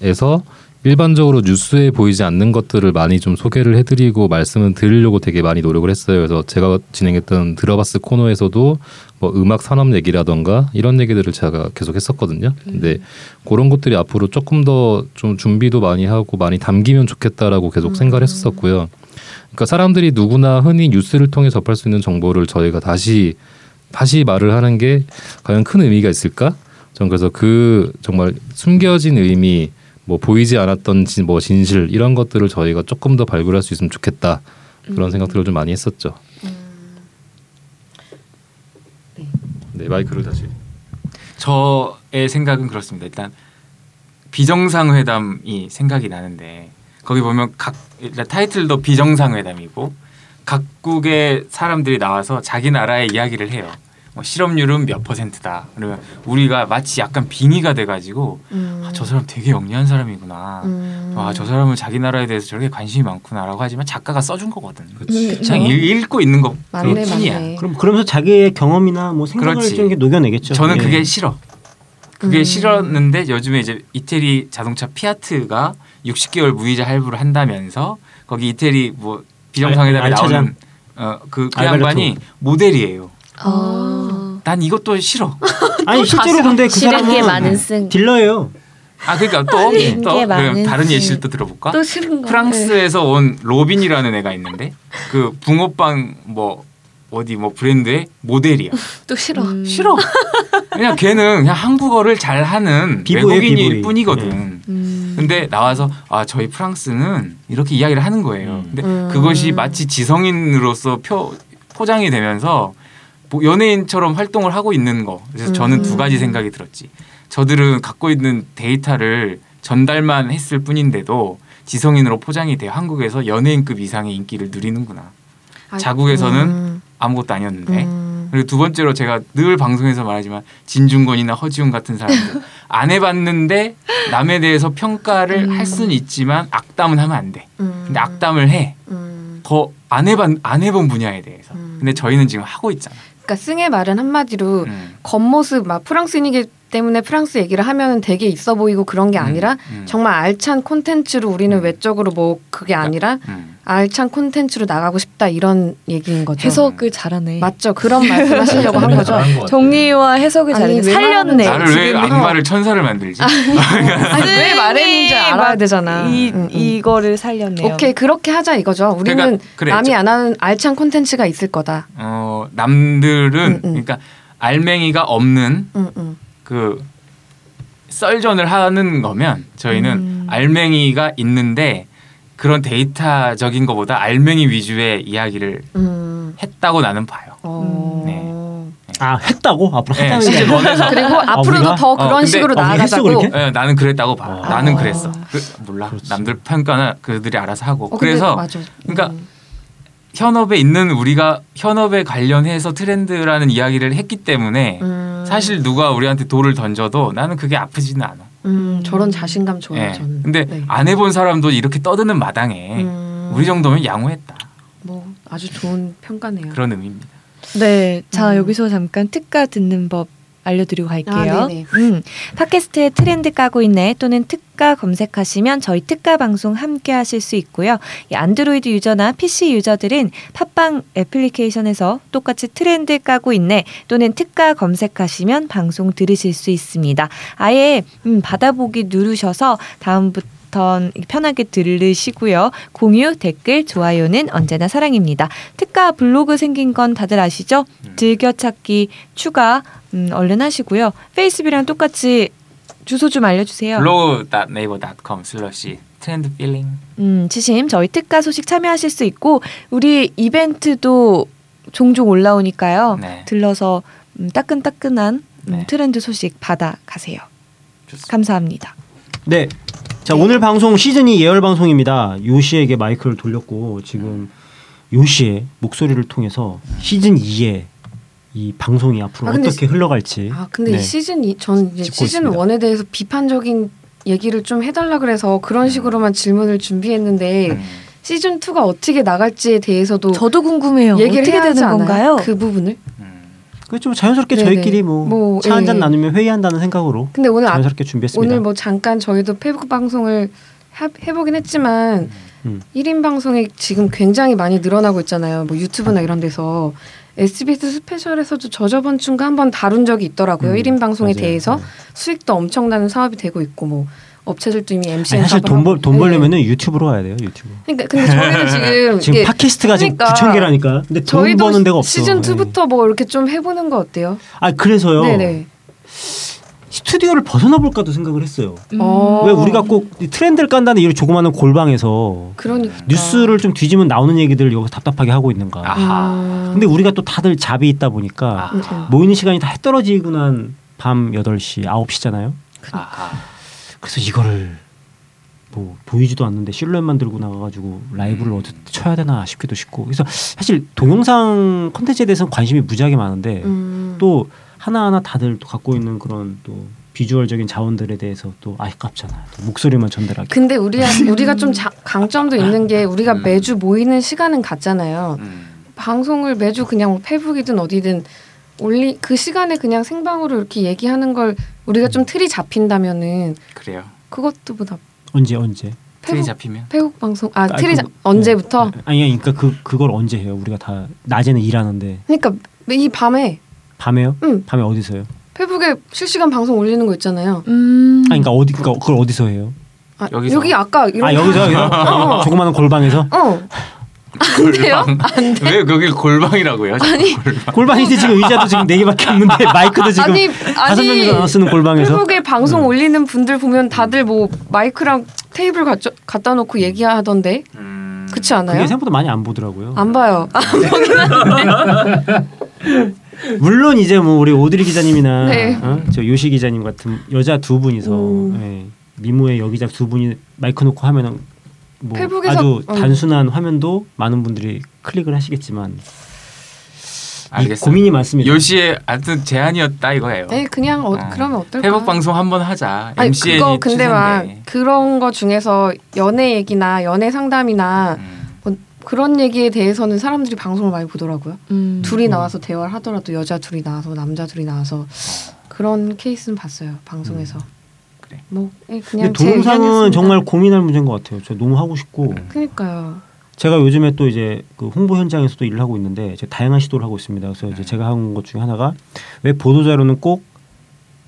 [SPEAKER 5] 것들에서 일반적으로 뉴스에 보이지 않는 것들을 많이 좀 소개를 해드리고 말씀을 드리려고 되게 많이 노력을 했어요. 그래서 제가 진행했던 들어봤을 코너에서도 뭐 음악 산업 얘기라던가 이런 얘기들을 제가 계속 했었거든요. 근데 그런 것들이 앞으로 조금 더 좀 준비도 많이 하고 많이 담기면 좋겠다라고 계속 생각을 했었고요. 그러니까 사람들이 누구나 흔히 뉴스를 통해 접할 수 있는 정보를 저희가 다시 다시 말을 하는 게 과연 큰 의미가 있을까? 전 그래서 그 정말 숨겨진 의미, 뭐 보이지 않았던 진, 뭐 진실 이런 것들을 저희가 조금 더 발굴할 수 있으면 좋겠다
[SPEAKER 4] 음.
[SPEAKER 5] 그런 생각들을 좀 많이 했었죠.
[SPEAKER 4] 네.
[SPEAKER 5] 네 마이크를 다시.
[SPEAKER 3] 저의 생각은 그렇습니다. 일단 비정상회담이 생각이 나는데 거기 보면 각 일단 타이틀도 비정상회담이고 각국의 사람들이 나와서 자기 나라의 이야기를 해요. 뭐 실업률은 몇 퍼센트다. 그러면 우리가 마치 약간 빙의가 돼가지고
[SPEAKER 4] 음.
[SPEAKER 3] 아, 저 사람 되게 영리한 사람이구나.
[SPEAKER 4] 음.
[SPEAKER 3] 와 저 사람은 자기 나라에 대해서 저렇게 관심이 많구나라고 하지만 작가가 써준 거거든.
[SPEAKER 6] 음,
[SPEAKER 3] 그냥 읽, 읽고 있는 것
[SPEAKER 4] 맞네
[SPEAKER 3] 뿐이야.
[SPEAKER 4] 맞네.
[SPEAKER 2] 그럼 그러면서 자기의 경험이나 뭐 생각을
[SPEAKER 3] 그렇지.
[SPEAKER 2] 좀 이렇게 녹여내겠죠.
[SPEAKER 3] 저는
[SPEAKER 2] 예.
[SPEAKER 3] 그게 싫어. 그게
[SPEAKER 4] 음.
[SPEAKER 3] 싫었는데 요즘에 이제 이태리 자동차 피아트가 60개월 무이자 할부를 한다면서 거기 이태리 뭐 비정상회담에
[SPEAKER 2] 알- 알
[SPEAKER 3] 나오는 어그그
[SPEAKER 2] 아, 알베르토.
[SPEAKER 3] 양반이 모델이에요.
[SPEAKER 6] 아.
[SPEAKER 3] 난 이것도 싫어.
[SPEAKER 2] 아니 실제로 근데 그
[SPEAKER 6] 싫은 게 많은
[SPEAKER 2] 사람은
[SPEAKER 6] 쓴.
[SPEAKER 2] 딜러예요.
[SPEAKER 3] 아 그러니까 또 또
[SPEAKER 6] 게 많은
[SPEAKER 3] 다른
[SPEAKER 6] 시-
[SPEAKER 3] 예시를 또 네. 들어볼까?
[SPEAKER 6] 또 싫은 거. 네.
[SPEAKER 3] 프랑스에서 온 로빈이라는 애가 있는데 그 붕어빵 뭐 어디 뭐 브랜드의 모델이야.
[SPEAKER 6] 또 싫어.
[SPEAKER 2] 음.
[SPEAKER 3] 싫어. 그냥 걔는 그냥 한국어를 잘하는
[SPEAKER 2] 비보예요,
[SPEAKER 3] 외국인일
[SPEAKER 2] 비보이. 네.
[SPEAKER 3] 뿐이거든. 근데 나와서 아 저희 프랑스는 이렇게 이야기를 하는 거예요.
[SPEAKER 2] 음.
[SPEAKER 3] 근데
[SPEAKER 4] 음.
[SPEAKER 3] 그것이 마치 지성인으로서 표, 포장이 되면서 뭐 연예인처럼 활동을 하고 있는 거. 그래서 저는 두 가지 생각이 들었지. 저들은 갖고 있는 데이터를 전달만 했을 뿐인데도 지성인으로 포장이 돼 한국에서 연예인급 이상의 인기를 누리는구나.
[SPEAKER 4] 아이,
[SPEAKER 3] 자국에서는 네?
[SPEAKER 4] 음,
[SPEAKER 3] 아무것도 아니었는데.
[SPEAKER 4] 음.
[SPEAKER 3] 그리고 두 번째로 제가 늘 방송에서 말하지만 진중권이나 허지웅 같은 사람들 안 해봤는데 남에 대해서 평가를 할 수는 있지만 악담은 하면 안 돼.
[SPEAKER 4] 음.
[SPEAKER 3] 근데 악담을 해.
[SPEAKER 4] 음.
[SPEAKER 3] 더 안 해봤 안 해본 분야에 대해서.
[SPEAKER 4] 음.
[SPEAKER 3] 근데 저희는 지금 하고 있잖아.
[SPEAKER 4] 그러니까 승의 말은 한마디로
[SPEAKER 3] 음.
[SPEAKER 4] 겉모습 막 프랑스인이기 때문에 프랑스 얘기를 하면 되게 있어 보이고 그런 게 아니라
[SPEAKER 3] 음.
[SPEAKER 4] 정말 알찬 콘텐츠로 우리는
[SPEAKER 3] 음.
[SPEAKER 4] 외적으로 뭐 그게 아니라
[SPEAKER 3] 음.
[SPEAKER 4] 알찬 콘텐츠로 나가고 싶다 이런 얘기인 거죠.
[SPEAKER 6] 해석을 잘하네.
[SPEAKER 4] 맞죠? 그런 말씀하시려고 한 거죠.
[SPEAKER 6] 정리와 해석을
[SPEAKER 4] 아니,
[SPEAKER 6] 잘해.
[SPEAKER 4] 왜
[SPEAKER 6] 살렸네.
[SPEAKER 3] 나를 왜
[SPEAKER 6] 지금요.
[SPEAKER 3] 악마를 천사를 만들지?
[SPEAKER 4] 아니, 왜 말했는지 알아야 되잖아.
[SPEAKER 6] 이
[SPEAKER 4] 음, 음.
[SPEAKER 6] 이거를 살렸네요.
[SPEAKER 4] (laughs) 오케이 그렇게 하자 이거죠. 우리는
[SPEAKER 3] 그러니까 그래,
[SPEAKER 4] 남이
[SPEAKER 3] 저-
[SPEAKER 4] 안 하는 알찬 콘텐츠가 있을 거다.
[SPEAKER 3] 어, 남들은
[SPEAKER 4] 음, 음.
[SPEAKER 3] 그러니까 알맹이가 없는
[SPEAKER 4] 음, 음.
[SPEAKER 3] 그 썰전을 하는 거면 저희는
[SPEAKER 6] 음.
[SPEAKER 3] 알맹이가 있는데 그런 데이터적인 것보다 알맹이 위주의 이야기를
[SPEAKER 4] 음.
[SPEAKER 3] 했다고 나는 봐요.
[SPEAKER 4] 어.
[SPEAKER 2] 아 했다고 앞으로
[SPEAKER 3] 네,
[SPEAKER 2] 하자는
[SPEAKER 3] 시즌
[SPEAKER 2] 게
[SPEAKER 3] 원에서
[SPEAKER 4] 그리고 앞으로도
[SPEAKER 2] 아, 우리가?
[SPEAKER 4] 더 그런
[SPEAKER 3] 어, 근데- 어,
[SPEAKER 4] 식으로
[SPEAKER 2] 우리 했어,
[SPEAKER 4] 나아가자고.
[SPEAKER 2] 그렇게?
[SPEAKER 3] 예, 나는 그랬다고 봐.
[SPEAKER 2] 아.
[SPEAKER 3] 나는 그랬어. 그- 몰라. 남들 평가는 그들이 알아서 하고.
[SPEAKER 4] 어, 근데
[SPEAKER 3] 그래서
[SPEAKER 4] 맞아.
[SPEAKER 3] 그러니까
[SPEAKER 4] 음.
[SPEAKER 3] 현업에 있는 우리가 현업에 관련해서 트렌드라는 이야기를 했기 때문에
[SPEAKER 4] 음.
[SPEAKER 3] 사실 누가 우리한테 돌을 던져도 나는 그게 아프지는 않아.
[SPEAKER 4] 음, 저런 자신감 좋아요.
[SPEAKER 3] 예.
[SPEAKER 4] 저는.
[SPEAKER 3] 근데
[SPEAKER 4] 네.
[SPEAKER 3] 안 해본 사람도 이렇게 떠드는 마당에
[SPEAKER 4] 음.
[SPEAKER 3] 우리 정도면 양호했다.
[SPEAKER 4] 뭐 아주 좋은 평가네요.
[SPEAKER 3] 그런 의미입니다.
[SPEAKER 6] 네, 자
[SPEAKER 4] 음.
[SPEAKER 6] 여기서 잠깐 특가 듣는 법 알려드리고 갈게요.
[SPEAKER 4] 아, 네네.
[SPEAKER 6] 음, 팟캐스트에 트렌드 까고 있네 또는 특가 검색하시면 저희 특가 방송 함께 하실 수 있고요. 이 안드로이드 유저나 PC 유저들은 팟빵 애플리케이션에서 똑같이 트렌드 까고 있네 또는 특가 검색하시면 방송 들으실 수 있습니다. 아예 음, 받아보기 누르셔서 다음부터 편하게 들으시고요. 공유, 댓글, 좋아요는 언제나 사랑입니다. 특가 블로그 생긴 건 다들 아시죠? 즐겨찾기 추가 음, 얼른 하시고요. 페이스북이랑 똑같이 주소 좀 알려주세요.
[SPEAKER 3] blog.naver.com 슬러시 트렌드 필링
[SPEAKER 6] 음, 지심 저희 특가 소식 참여하실 수 있고 우리 이벤트도 종종 올라오니까요.
[SPEAKER 3] 네.
[SPEAKER 6] 들러서 음, 따끈따끈한 음,
[SPEAKER 3] 네.
[SPEAKER 6] 트렌드 소식 받아 가세요.
[SPEAKER 3] 좋습니다.
[SPEAKER 6] 감사합니다.
[SPEAKER 2] 네. 자 오늘 방송 시즌이 예열 방송입니다. 요시에게 마이크를 돌렸고 지금 요시의 목소리를 통해서 시즌 2의 이 방송이 앞으로
[SPEAKER 4] 아, 근데
[SPEAKER 2] 어떻게 흘러갈지.
[SPEAKER 4] 아 근데
[SPEAKER 2] 네.
[SPEAKER 4] 이 시즌 이 저는 이제
[SPEAKER 2] 짚고
[SPEAKER 4] 시즌
[SPEAKER 2] 있습니다.
[SPEAKER 4] 1에 대해서 비판적인 얘기를 좀 해달라 그래서 그런 식으로만 질문을 준비했는데
[SPEAKER 3] 음.
[SPEAKER 4] 시즌 2가 어떻게 나갈지에 대해서도
[SPEAKER 6] 저도 궁금해요.
[SPEAKER 4] 얘기를
[SPEAKER 6] 어떻게
[SPEAKER 4] 해야 되는
[SPEAKER 6] 되는 건가요?
[SPEAKER 4] 그 부분을.
[SPEAKER 3] 음.
[SPEAKER 2] 그좀 자연스럽게
[SPEAKER 4] 네네.
[SPEAKER 2] 저희끼리 뭐
[SPEAKER 4] 뭐,
[SPEAKER 2] 차 한잔
[SPEAKER 4] 예.
[SPEAKER 2] 나누면 회의한다는 생각으로
[SPEAKER 4] 근데 오늘 아,
[SPEAKER 2] 자연스럽게 준비했습니다.
[SPEAKER 4] 오늘 뭐 잠깐 저희도 페북 방송을 하- 해보긴 했지만
[SPEAKER 2] 음.
[SPEAKER 4] 1인 방송이 지금 굉장히 많이 늘어나고 있잖아요. 뭐 유튜브나 이런 데서 SBS 스페셜에서도 저저번 주인가 한번 다룬 적이 있더라고요.
[SPEAKER 2] 음,
[SPEAKER 4] 일 1인 방송에
[SPEAKER 2] 맞아요.
[SPEAKER 4] 대해서
[SPEAKER 2] 네.
[SPEAKER 4] 수익도 엄청나는 사업이 되고 있고 뭐 업체들도 이미 MC
[SPEAKER 2] 아니, 사실 돈, 벌,
[SPEAKER 4] 예,
[SPEAKER 2] 돈 벌려면은 유튜브로 와야 돼요 유튜브.
[SPEAKER 4] 그러니까
[SPEAKER 2] (laughs)
[SPEAKER 4] 근데 저희는 지금
[SPEAKER 2] 지금
[SPEAKER 4] 그 이게
[SPEAKER 2] 팟캐스트가 지금
[SPEAKER 4] 그러니까
[SPEAKER 2] 9천 개라니까. 근데 돈
[SPEAKER 4] 저희도
[SPEAKER 2] 버는 데가 없어.
[SPEAKER 4] 시즌
[SPEAKER 2] 예.
[SPEAKER 4] 2부터 뭐 이렇게 좀 해보는 거 어때요?
[SPEAKER 2] 아 그래서요.
[SPEAKER 4] 네네.
[SPEAKER 2] 스튜디오를 벗어나 볼까도 생각을 했어요.
[SPEAKER 6] 음.
[SPEAKER 4] 어.
[SPEAKER 2] 왜 우리가 꼭이 트렌드를 깐다는 이런 조그마한 골방에서
[SPEAKER 4] 그러니까
[SPEAKER 2] 뉴스를 좀 뒤지면 나오는 얘기들을 여기서 답답하게 하고 있는가.
[SPEAKER 3] 아.
[SPEAKER 4] 아.
[SPEAKER 2] 근데 우리가 또 다들 잡이 있다 보니까
[SPEAKER 3] 아.
[SPEAKER 4] 음, 음.
[SPEAKER 2] 모이는 시간이 다 떨어지고 난 밤 8시, 9시잖아요.
[SPEAKER 3] 아하.
[SPEAKER 2] 그래서 이거를 뭐 보이지도 않는데 실루엣만 들고 나가가지고
[SPEAKER 4] 음.
[SPEAKER 2] 라이브를 어떻게 쳐야 되나 싶기도 싶고 그래서 사실 동영상 콘텐츠에 대해서는 관심이 무지하게 많은데
[SPEAKER 4] 음.
[SPEAKER 2] 또 하나하나 다들 또 갖고 있는 그런 또 비주얼적인 자원들에 대해서 또 아깝잖아요. 또 목소리만 전달하기.
[SPEAKER 4] 근데 우리
[SPEAKER 2] (laughs)
[SPEAKER 4] 우리가 좀 자- 강점도 있는 게 우리가
[SPEAKER 3] 음.
[SPEAKER 4] 매주 모이는 시간은 같잖아요.
[SPEAKER 3] 음.
[SPEAKER 4] 방송을 매주 그냥 페북이든 어디든 올리 그 시간에 그냥 생방으로 이렇게 얘기하는 걸 우리가 좀 틀이 잡힌다면은
[SPEAKER 3] 그래요.
[SPEAKER 4] 그것도 보다
[SPEAKER 2] 언제 언제?
[SPEAKER 3] 틀이
[SPEAKER 4] 페북
[SPEAKER 3] 잡히면
[SPEAKER 4] 페북 방송 아
[SPEAKER 2] 아,
[SPEAKER 4] 틀이
[SPEAKER 2] 그-
[SPEAKER 4] 잡 언제부터?
[SPEAKER 2] 아니 아니, 그러니까 그 그걸 언제 해요? 우리가 다 낮에는 일하는데
[SPEAKER 4] 그러니까 이 밤에
[SPEAKER 2] 밤에요?
[SPEAKER 4] 응.
[SPEAKER 2] 밤에 어디서요?
[SPEAKER 4] 페북에 실시간 방송 올리는 거 있잖아요.
[SPEAKER 6] 음.
[SPEAKER 2] 아니 그러니까 어디 그러니까 그걸 어디서 해요?
[SPEAKER 4] 아,
[SPEAKER 3] 여기서.
[SPEAKER 4] 여기 아까 이런
[SPEAKER 2] 아 여기서
[SPEAKER 4] (laughs)
[SPEAKER 2] 여기서 조그마한 골방에서
[SPEAKER 4] 어 돼요?
[SPEAKER 3] 골방.
[SPEAKER 4] 네.
[SPEAKER 3] 왜 거길
[SPEAKER 4] (laughs)
[SPEAKER 3] 골방이라고요? 아니.
[SPEAKER 2] 골방인데 지금 의자도 지금 네 개밖에 없는데 (laughs) 마이크도 지금
[SPEAKER 4] 아니
[SPEAKER 2] 다섯
[SPEAKER 4] 아니
[SPEAKER 2] 명이서 나눠 쓰는 골방에서 음.
[SPEAKER 4] 페북에 방송 올리는 분들 보면 다들 뭐 마이크랑 테이블 갖 갖다 놓고 얘기하던데
[SPEAKER 3] 음.
[SPEAKER 4] 그렇지 않아요?
[SPEAKER 2] 그게 생각보다 아, 많이 안 보더라고요.
[SPEAKER 4] 안 봐요.
[SPEAKER 2] 물론 이제 뭐 우리 오드리 기자님이나
[SPEAKER 4] (laughs) 네.
[SPEAKER 2] 어? 저 요시 기자님 같은 여자 두 분이서
[SPEAKER 4] 음.
[SPEAKER 2] 예, 미모의 여기자 두 분이 마이크 놓고 하면은 뭐
[SPEAKER 4] 페북에서-
[SPEAKER 2] 아주
[SPEAKER 4] 어.
[SPEAKER 2] 단순한 화면도 많은 분들이 클릭을 하시겠지만 이
[SPEAKER 3] 알겠습니다.
[SPEAKER 2] 고민이 많습니다.
[SPEAKER 3] 요시에 아무튼 제안이었다 이거예요.
[SPEAKER 4] 네, 그냥 어,
[SPEAKER 3] 어.
[SPEAKER 4] 그러면 어떨까?
[SPEAKER 3] 회복 방송 한번 하자.
[SPEAKER 4] 아니
[SPEAKER 3] MCN이
[SPEAKER 4] 그거 근데 막
[SPEAKER 3] 추세인데.
[SPEAKER 4] 그런 거 중에서 연애 얘기나 연애 상담이나
[SPEAKER 3] 음.
[SPEAKER 4] 뭐 그런 얘기에 대해서는 사람들이 방송을 많이 보더라고요.
[SPEAKER 6] 음.
[SPEAKER 4] 둘이 나와서 대화를 하더라도 여자 둘이 나와서 남자 둘이 나와서 그런 케이스는 봤어요 방송에서.
[SPEAKER 3] 음. 그래.
[SPEAKER 4] 뭐 예,
[SPEAKER 2] 근데
[SPEAKER 4] 그냥 제
[SPEAKER 2] 동영상은
[SPEAKER 4] 의견이었습니다.
[SPEAKER 2] 정말 고민할 문제인 것 같아요. 저 너무 하고 싶고
[SPEAKER 4] 그니까요.
[SPEAKER 2] 제가 요즘에 또 이제 그 홍보 현장에서도 일을 하고 있는데 제가 다양한 시도를 하고 있습니다. 그래서
[SPEAKER 3] 네.
[SPEAKER 2] 이제 제가 한 것 중에 하나가 왜 보도 자료는 꼭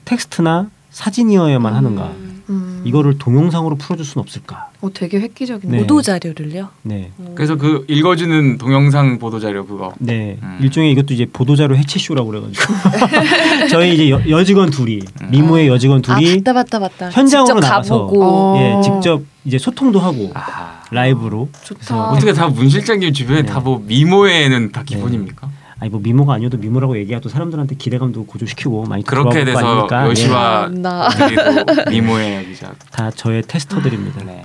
[SPEAKER 2] 텍스트나 사진이어야만 하는가?
[SPEAKER 4] 음.
[SPEAKER 2] 이거를 동영상으로 풀어줄 수는 없을까?
[SPEAKER 4] 어 되게 획기적인데.
[SPEAKER 2] 네.
[SPEAKER 7] 보도 자료를요.
[SPEAKER 2] 네,
[SPEAKER 3] 그래서 그 읽어주는 동영상 보도 자료 그거.
[SPEAKER 2] 네,
[SPEAKER 3] 음.
[SPEAKER 2] 일종의 이것도 이제 보도 자료 해체 쇼라고 그래가지고 (laughs)
[SPEAKER 3] (laughs)
[SPEAKER 2] 저희 이제 여, 여직원 둘이
[SPEAKER 3] 음.
[SPEAKER 2] 미모의 여직원 둘이
[SPEAKER 7] 아, 맞다 맞다 맞다.
[SPEAKER 2] 현장으로
[SPEAKER 7] 직접
[SPEAKER 2] 나가서.
[SPEAKER 7] 가보고
[SPEAKER 6] 어.
[SPEAKER 2] 예, 직접 이제 소통도 하고
[SPEAKER 3] 아.
[SPEAKER 2] 라이브로
[SPEAKER 4] 좋다.
[SPEAKER 3] 어떻게 다 문실장님 주변에
[SPEAKER 2] 네.
[SPEAKER 3] 다 뭐 미모에는 다 기본입니까?
[SPEAKER 2] 아니 뭐 미모가 아니어도 미모라고 얘기하고 사람들한테 기대감도 고조시키고 많이
[SPEAKER 3] 그렇게
[SPEAKER 2] 들어와 볼
[SPEAKER 3] 돼서
[SPEAKER 2] 거 아닙니까? 예.
[SPEAKER 3] 요시와
[SPEAKER 7] 나
[SPEAKER 3] 그리고 (laughs) 미모의 기자.
[SPEAKER 2] 다 저의 테스터들입니다.
[SPEAKER 3] 네.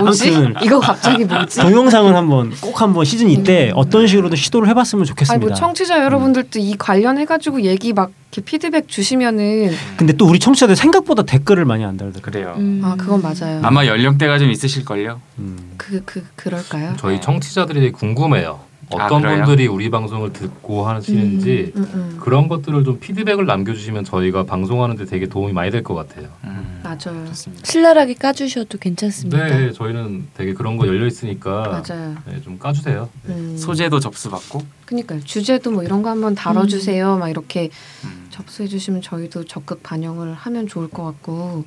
[SPEAKER 4] 뭐지?
[SPEAKER 2] 아무튼.
[SPEAKER 4] 이거 갑자기 뭐지?
[SPEAKER 2] 동영상은 한번 꼭 한번 시즌 2때 어떤 식으로든 시도를 해봤으면
[SPEAKER 4] 아니
[SPEAKER 2] 좋겠습니다.
[SPEAKER 4] 뭐 청취자 여러분들도 이 관련해 가지고 얘기 막 이렇게 피드백 주시면은
[SPEAKER 2] 근데 또 우리 청취자들 생각보다 댓글을 많이 안 달더라고요.
[SPEAKER 3] 그래요.
[SPEAKER 6] 음.
[SPEAKER 4] 아 그건 맞아요.
[SPEAKER 3] 아마 연령대가 좀 있으실 걸요.
[SPEAKER 2] 음.
[SPEAKER 4] 그 그 그럴까요?
[SPEAKER 5] 저희 청취자들이 되게 궁금해요. 어떤
[SPEAKER 3] 아, 그래요?
[SPEAKER 5] 분들이 우리 방송을 듣고 하시는지
[SPEAKER 4] 음, 음.
[SPEAKER 5] 그런 것들을 좀 피드백을 남겨주시면 저희가 방송하는데 되게 도움이 많이 될 것 같아요.
[SPEAKER 3] 음.
[SPEAKER 4] 맞아요.
[SPEAKER 3] 좋습니다.
[SPEAKER 6] 신랄하게 까주셔도 괜찮습니다.
[SPEAKER 5] 네, 저희는 되게 그런 거 열려 있으니까
[SPEAKER 4] 맞아요.
[SPEAKER 5] 네, 좀 까주세요. 네.
[SPEAKER 4] 음.
[SPEAKER 3] 소재도 접수받고
[SPEAKER 4] 그니까요. 주제도 뭐 이런 거 한번 다뤄주세요. 막 이렇게
[SPEAKER 3] 음.
[SPEAKER 4] 접수해 주시면 저희도 적극 반영을 하면 좋을 것 같고.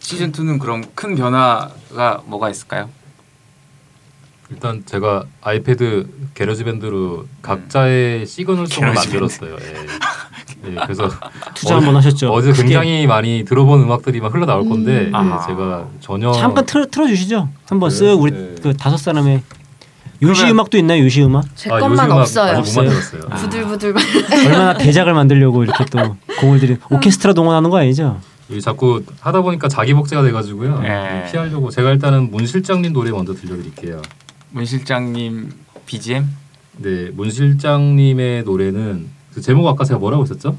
[SPEAKER 3] 시즌 2는 그럼 큰 변화가 뭐가 있을까요?
[SPEAKER 5] 일단 제가 아이패드 게러지 밴드로 각자의 시그널송을
[SPEAKER 3] 음. 게러지 밴드.
[SPEAKER 5] 만들었어요. 예. 예,
[SPEAKER 3] (laughs)
[SPEAKER 5] 그래서
[SPEAKER 2] 투자
[SPEAKER 5] 어제-
[SPEAKER 2] 한번 하셨죠.
[SPEAKER 5] 어제
[SPEAKER 2] 크게.
[SPEAKER 5] 굉장히 많이 들어본 음악들이 막 흘러 나올 건데 예,
[SPEAKER 3] 아.
[SPEAKER 5] 제가 전혀
[SPEAKER 2] 잠깐 틀어 틀어 주시죠. 한번
[SPEAKER 5] 그래요?
[SPEAKER 2] 쓱 우리
[SPEAKER 5] 네.
[SPEAKER 2] 그 다섯 사람의 요시
[SPEAKER 3] 그러면-
[SPEAKER 2] 음악도 있나요? 요시 음악
[SPEAKER 4] 제
[SPEAKER 5] 아,
[SPEAKER 4] 것만
[SPEAKER 5] 요즘 음악
[SPEAKER 4] 없어요.
[SPEAKER 5] 많이 못 만들었어요.
[SPEAKER 3] 아.
[SPEAKER 4] 부들부들
[SPEAKER 2] 얼마나 대작을 만들려고 이렇게 또 공을 들인 오케스트라 동원하는 거 아니죠?
[SPEAKER 5] 이게 자꾸 하다 보니까 자기 복제가 돼가지고요. 네,
[SPEAKER 3] 예.
[SPEAKER 5] 피하려고 제가 일단은 문 실장님 노래 먼저 들려드릴게요.
[SPEAKER 3] 문 실장님 BGM
[SPEAKER 5] 네, 문 실장님의 노래는 그 제목 아까 제가 뭐라고 했었죠?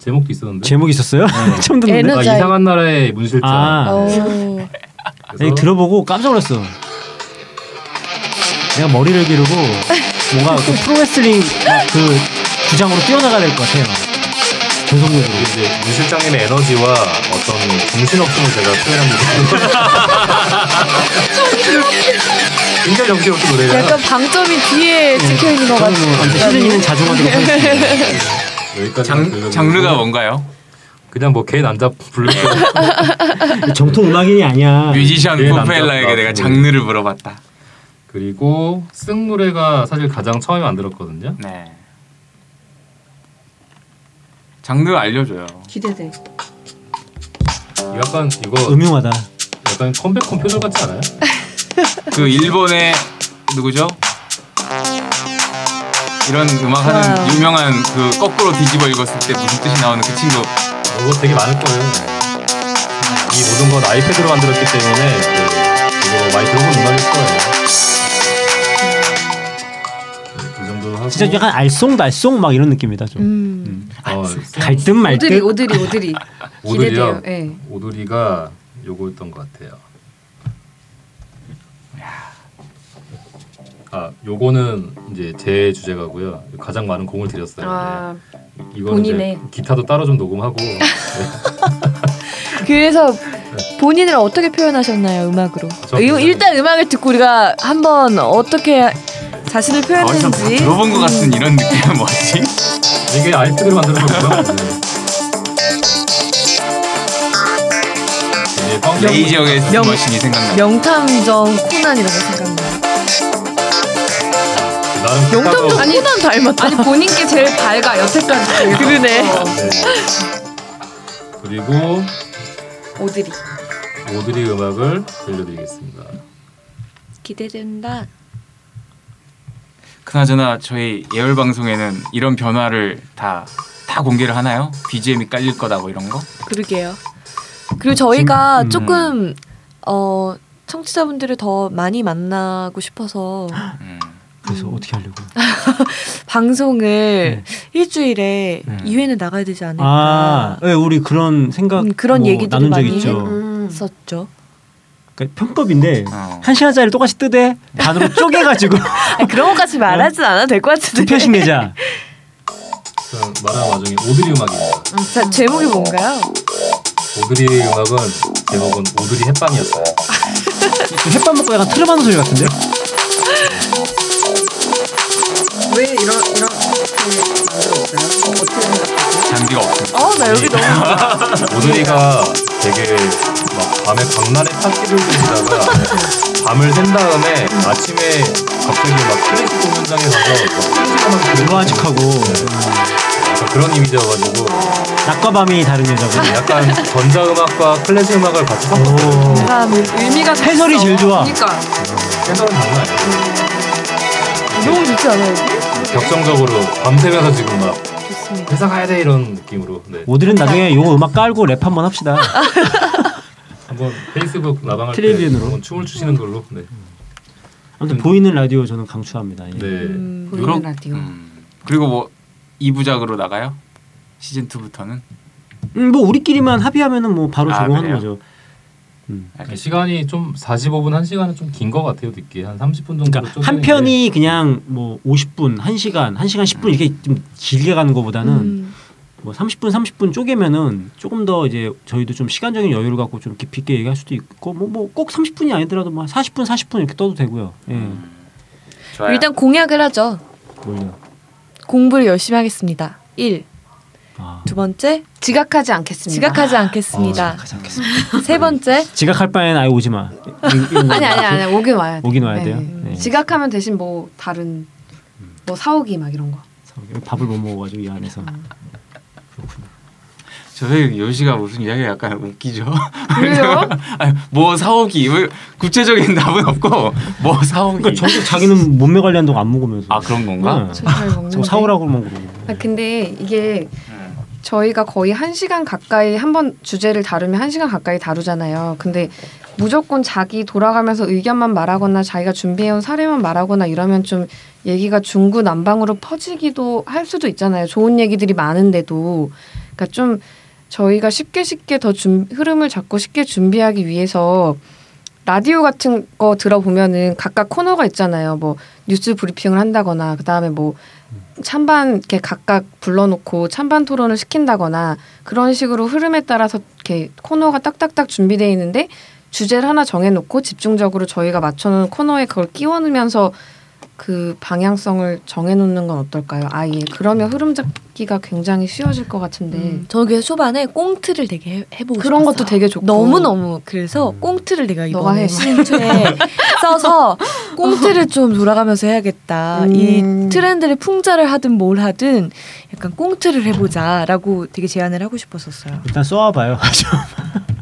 [SPEAKER 5] 제목도 있었는데.
[SPEAKER 2] 제목이 있었어요? (laughs) 처음 듣는데.
[SPEAKER 6] 에너-
[SPEAKER 5] 아, 이상한 나라의 문 실장.
[SPEAKER 2] 아.
[SPEAKER 6] 오.
[SPEAKER 5] 그래서
[SPEAKER 2] 네, 들어보고 깜짝 놀랐어. 내가 머리를 기르고 뭔가 그 프로레슬링 막그 주장으로 뛰어나가야 될 것 같아요. 전속력으로.
[SPEAKER 5] 이제 문 실장님의 에너지와 어떤 정신없음을 제가 표현합니다. (laughs) 굉장히 정신없는 노래가
[SPEAKER 6] 약간 방점이 뒤에 찍혀 있는 것
[SPEAKER 2] 저는
[SPEAKER 6] 같아요.
[SPEAKER 2] 뭐 아무튼 시즌이는 자주 하도록 하겠습니다.
[SPEAKER 5] 여기까지
[SPEAKER 3] 장, 장르가 뭐- 뭔가요?
[SPEAKER 5] 그냥 뭐개 남자 블루스 (laughs)
[SPEAKER 2] 정통 음악인이 아니야.
[SPEAKER 3] 뮤지션
[SPEAKER 2] 네,
[SPEAKER 5] 예,
[SPEAKER 3] 포펠라에게
[SPEAKER 5] 남자.
[SPEAKER 3] 내가 장르를 물어봤다.
[SPEAKER 5] 그리고 승 노래가 사실 가장 처음에 만들었거든요.
[SPEAKER 3] 네. 장르 알려줘요.
[SPEAKER 4] (laughs) 기대돼.
[SPEAKER 5] 약간 이거
[SPEAKER 2] 음흉하다.
[SPEAKER 5] 약간 컴백홈 표절 같지 않아요?
[SPEAKER 3] 그 일본의 누구죠? 이런 음악
[SPEAKER 6] 좋아요.
[SPEAKER 3] 하는 유명한 그 거꾸로 뒤집어 읽었을 때 무슨 뜻이 나오는 그 친구
[SPEAKER 5] 이거 되게 많을 거예요. 이 모든 건 아이패드로 만들었기 때문에 네, 이거 많이 들어본 음악일 거예요. 네, 이 정도로 하고
[SPEAKER 2] 진짜 약간 알쏭달쏭 막 이런 느낌이다 좀.
[SPEAKER 4] 음.
[SPEAKER 5] 어,
[SPEAKER 2] 아, 갈등 말등.
[SPEAKER 4] 오드리 오드리 오드리. 기대돼요.
[SPEAKER 5] 오드리요.
[SPEAKER 4] 예.
[SPEAKER 5] 오드리가 요거였던 것 같아요. 아, 요거는 이제 제 주제가고요. 가장 많은 공을 들였어요.
[SPEAKER 4] 아
[SPEAKER 5] 네. 이거는 이제
[SPEAKER 4] 본인의.
[SPEAKER 5] 기타도 따로
[SPEAKER 4] (laughs)
[SPEAKER 5] 좀 녹음하고 네.
[SPEAKER 6] 그래서 본인을 어떻게 표현하셨나요 음악으로?
[SPEAKER 5] 저
[SPEAKER 6] 이-
[SPEAKER 5] 굉장히-
[SPEAKER 6] 일단 음악을 듣고 우리가 한번 어떻게 자신을
[SPEAKER 3] 어디서
[SPEAKER 6] 표현했는지
[SPEAKER 3] 뭐 들어본 것 같은 이런 느낌은 뭐지?
[SPEAKER 5] 이게 아이패드로 만들어졌고요. 네. 이제 네, 펑션
[SPEAKER 3] 레이지역의
[SPEAKER 6] 명-
[SPEAKER 3] 머신이 생각나.
[SPEAKER 6] 명탐정 코난이라고 생각나요.
[SPEAKER 5] 나름
[SPEAKER 6] 명탐정 코난
[SPEAKER 5] 색깔도-
[SPEAKER 6] 닮았다.
[SPEAKER 4] 아니 본인께 제일 밝아 여태까지.
[SPEAKER 6] (laughs) 그러네.
[SPEAKER 5] 네. 그리고
[SPEAKER 4] 오드리.
[SPEAKER 5] 오드리 음악을 들려드리겠습니다.
[SPEAKER 6] 기대된다.
[SPEAKER 3] 그나저나 저희 예열 방송에는 이런 변화를 다. 다 공개를 하나요? BGM이 깔릴 거다 뭐 이런 거?
[SPEAKER 6] 그러게요. 그리고 저희가
[SPEAKER 2] 음.
[SPEAKER 6] 조금 어 청취자분들을 더 많이 만나고 (laughs) 싶어서
[SPEAKER 3] 음.
[SPEAKER 2] 그래서 어떻게 하려고?
[SPEAKER 6] 방송을 일주일에
[SPEAKER 3] 음.
[SPEAKER 6] 2회는 나가야 되지
[SPEAKER 2] 음. 아,
[SPEAKER 6] 않을까
[SPEAKER 2] 예, 우리 그런 생각
[SPEAKER 6] 음, 그런
[SPEAKER 2] 뭐
[SPEAKER 6] 얘기들을
[SPEAKER 2] 나눈 적
[SPEAKER 6] 많이
[SPEAKER 2] 있죠.
[SPEAKER 4] 음.
[SPEAKER 6] 했었죠.
[SPEAKER 2] 그러니까 편법인데
[SPEAKER 3] 어.
[SPEAKER 2] 한 시간짜리 똑같이 뜨되 반으로 쪼개가지고
[SPEAKER 6] (laughs) 아니, 그런 것까지
[SPEAKER 2] 어?
[SPEAKER 6] 말하진 않아도 될 것
[SPEAKER 2] 두
[SPEAKER 6] 같은데.
[SPEAKER 2] 편씩 내자.
[SPEAKER 5] 일단 말하는 와중에 오드리 음악입니다.
[SPEAKER 6] (laughs) 자, 제목이 뭔가요?
[SPEAKER 5] 오드리 음악은 제목은 오드리 햇반이었어요.
[SPEAKER 2] 햇밥 먹고 약간 틀어맞는 소리 같은데?
[SPEAKER 4] 왜 이런 이런 만들었어요? 어떻게 생각하세요?
[SPEAKER 3] 장비가 없어.
[SPEAKER 6] 어, 나 여기 너무
[SPEAKER 5] 오드리가 되게 막 밤에 강남에 파티를 돌리다가 밤을 샌 다음에 아침에 갑자기 막 클래식 공연장에 가서 막 클래식만
[SPEAKER 2] 로아직하고
[SPEAKER 5] 약간 그런 이미지여가지고
[SPEAKER 2] 낮과 밤이 다른 여자고.
[SPEAKER 4] 아,
[SPEAKER 5] 약간 전자음악과 클래식 음악을 같이 섞었어요.
[SPEAKER 2] 오.
[SPEAKER 6] 사람
[SPEAKER 4] 의미가
[SPEAKER 2] 해설이
[SPEAKER 4] 있어.
[SPEAKER 2] 제일 좋아.
[SPEAKER 4] 그러니까
[SPEAKER 5] 해설은 장난 아니에요.
[SPEAKER 6] 너무 좋지 않아요? 여기?
[SPEAKER 5] 격정적으로 밤새면서 지금 막
[SPEAKER 6] 좋습니다.
[SPEAKER 5] 회사 가야 돼 이런 느낌으로 네.
[SPEAKER 2] 오늘은 나중에 요거 음악 깔고 랩 한번 합시다.
[SPEAKER 5] 한번 페이스북 나방할 때
[SPEAKER 2] 트리비언으로. 음.
[SPEAKER 5] 한번 춤을 추시는 걸로 네.
[SPEAKER 2] 아무튼 보이는 라디오 저는 강추합니다. 예.
[SPEAKER 5] 네.
[SPEAKER 4] 보이는 라디오.
[SPEAKER 3] 음. 그리고 뭐 2부작으로 나가요? 시즌 2부터는?
[SPEAKER 2] 음, 뭐 우리끼리만 합의하면은 뭐 바로
[SPEAKER 3] 아,
[SPEAKER 2] 제공하는
[SPEAKER 3] 그래요?
[SPEAKER 2] 거죠. 음.
[SPEAKER 3] 알겠습니다.
[SPEAKER 5] 네, 시간이 좀 45분 한 시간은 좀 긴 것 같아요. 듣기 한 30분 정도.
[SPEAKER 2] 그러니까
[SPEAKER 5] 쪼개는
[SPEAKER 3] 네.
[SPEAKER 2] 한
[SPEAKER 5] 게
[SPEAKER 2] 편이 그냥 뭐 50분, 1시간, 1시간 10분 이렇게 좀 길게 가는 것보다는
[SPEAKER 6] 음.
[SPEAKER 2] 뭐 30분, 30분 쪼개면은 조금 더 이제 저희도 좀 시간적인 여유를 갖고 좀 깊이 있게 얘기할 수도 있고 뭐 뭐 꼭 30분이 아니더라도 뭐 40분, 40분 이렇게 떠도 되고요. 예.
[SPEAKER 3] 음. 좋아요.
[SPEAKER 6] 일단 공약을 하죠.
[SPEAKER 2] 뭘요?
[SPEAKER 6] 공부를 열심히 하겠습니다. 1.
[SPEAKER 2] 아.
[SPEAKER 6] 두 번째,
[SPEAKER 4] 지각하지 않겠습니다.
[SPEAKER 6] 지각하지
[SPEAKER 2] 어,
[SPEAKER 6] 않겠습니다.
[SPEAKER 2] 지각하지 않겠습니다.
[SPEAKER 6] 세 번째,
[SPEAKER 2] 지각할 바엔 아예 오지 마.
[SPEAKER 4] 아니 아니 아니 오긴 와야 돼.
[SPEAKER 2] 오긴 와야 돼요? 네.
[SPEAKER 4] 지각하면 대신 뭐 다른 뭐 사오기 막 이런 거.
[SPEAKER 2] 밥을 못 먹어가지고 이 안에서. 그렇군요.
[SPEAKER 3] 저희 요시가 무슨 이야기 약간 웃기죠.
[SPEAKER 4] 왜요?
[SPEAKER 3] (laughs) 아니, 뭐 사오기 왜 구체적인 답은 없고 뭐 사오기.
[SPEAKER 2] 그러니까 저도 자기는 몸매 관리한다고 안 먹으면서.
[SPEAKER 3] 아 그런 건가?
[SPEAKER 2] 네.
[SPEAKER 4] 저잘 먹는.
[SPEAKER 2] 저거 사오라고만 그러고.
[SPEAKER 4] 아 근데 이게
[SPEAKER 3] 음.
[SPEAKER 4] 저희가 거의 한 시간 가까이 한 번 주제를 다루면 한 시간 가까이 다루잖아요. 근데 무조건 자기 돌아가면서 의견만 말하거나 자기가 준비해온 사례만 말하거나 이러면 좀 얘기가 중구난방으로 퍼지기도 할 수도 있잖아요. 좋은 얘기들이 많은데도 그러니까 좀 저희가 쉽게 쉽게 더 준- 흐름을 잡고 쉽게 준비하기 위해서 라디오 같은 거 들어보면은 각각 코너가 있잖아요. 뭐 뉴스 브리핑을 한다거나 그다음에 뭐 찬반 이렇게 각각 불러놓고 찬반 토론을 시킨다거나 그런 식으로 흐름에 따라서 이렇게 코너가 딱딱딱 준비되어 있는데 주제를 하나 정해놓고 집중적으로 저희가 맞춰놓은 코너에 그걸 끼워넣으면서 그 방향성을 정해놓는 건 어떨까요? 아예 그러면 흐름 잡기가 굉장히 쉬워질 것 같은데
[SPEAKER 6] 음, 저는 그래서 초반에 꽁트를 되게 해, 해보고
[SPEAKER 4] 그런
[SPEAKER 6] 싶었어요.
[SPEAKER 4] 것도 되게 좋고
[SPEAKER 6] 너무 너무 그래서
[SPEAKER 2] 음.
[SPEAKER 6] 꽁트를 내가
[SPEAKER 4] 너가 해.
[SPEAKER 6] 이번에 시즌 2에
[SPEAKER 4] (laughs)
[SPEAKER 6] 써서 꽁트를 좀 돌아가면서 해야겠다.
[SPEAKER 4] 음.
[SPEAKER 6] 이 트렌드를 풍자를 하든 뭘 하든 약간 꽁트를 해보자라고 되게 제안을 하고 싶었었어요.
[SPEAKER 2] 일단 써와봐요. (laughs) 네.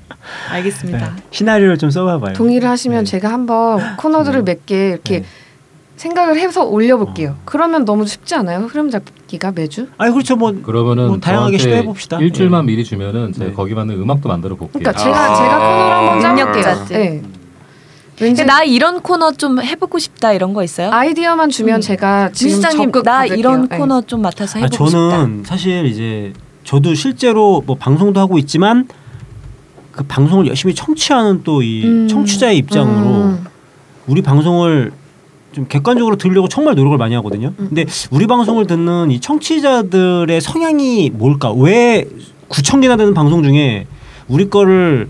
[SPEAKER 6] 알겠습니다.
[SPEAKER 4] 네.
[SPEAKER 2] 시나리오를 좀 써와봐요.
[SPEAKER 4] 동의를 하시면
[SPEAKER 2] 네.
[SPEAKER 4] 제가 한번 코너들을
[SPEAKER 2] 네.
[SPEAKER 4] 몇 개 이렇게
[SPEAKER 2] 네.
[SPEAKER 4] 생각을 해서 올려볼게요.
[SPEAKER 2] 어.
[SPEAKER 4] 그러면 너무 쉽지 않아요? 흐름 잡기가 매주?
[SPEAKER 2] 아니 그렇죠 뭐
[SPEAKER 5] 그러면은
[SPEAKER 2] 뭐 다양하게
[SPEAKER 5] 저한테
[SPEAKER 2] 시도해봅시다.
[SPEAKER 5] 일주일만
[SPEAKER 2] 예.
[SPEAKER 5] 미리 주면은 제가
[SPEAKER 2] 네.
[SPEAKER 5] 거기 맞는 음악도 만들어 볼게요.
[SPEAKER 2] 예.
[SPEAKER 4] 그러니까 제가
[SPEAKER 3] 아.
[SPEAKER 4] 제가 코너를 한번 짜볼게요.
[SPEAKER 6] 능력자들.
[SPEAKER 4] 네. 왠지
[SPEAKER 6] 근데 나 이런 코너 좀 해보고 싶다 이런 거 있어요?
[SPEAKER 4] 아이디어만 주면
[SPEAKER 6] 음.
[SPEAKER 4] 제가 지금
[SPEAKER 6] 지수장님
[SPEAKER 4] 적극
[SPEAKER 6] 나
[SPEAKER 4] 받을게요.
[SPEAKER 6] 이런
[SPEAKER 4] 네.
[SPEAKER 6] 코너 좀 맡아서
[SPEAKER 2] 아,
[SPEAKER 6] 해보고 싶다.
[SPEAKER 2] 저는 사실 이제 저도 실제로 뭐 방송도 하고 있지만 그 방송을 열심히 청취하는 또 이
[SPEAKER 6] 음.
[SPEAKER 2] 청취자의 입장으로
[SPEAKER 4] 음.
[SPEAKER 2] 우리 방송을 좀 객관적으로 들으려고 정말 노력을 많이 하거든요. 근데 우리 방송을 듣는 이 청취자들의 성향이 뭘까? 왜 9천 개나 되는 방송 중에 우리 거를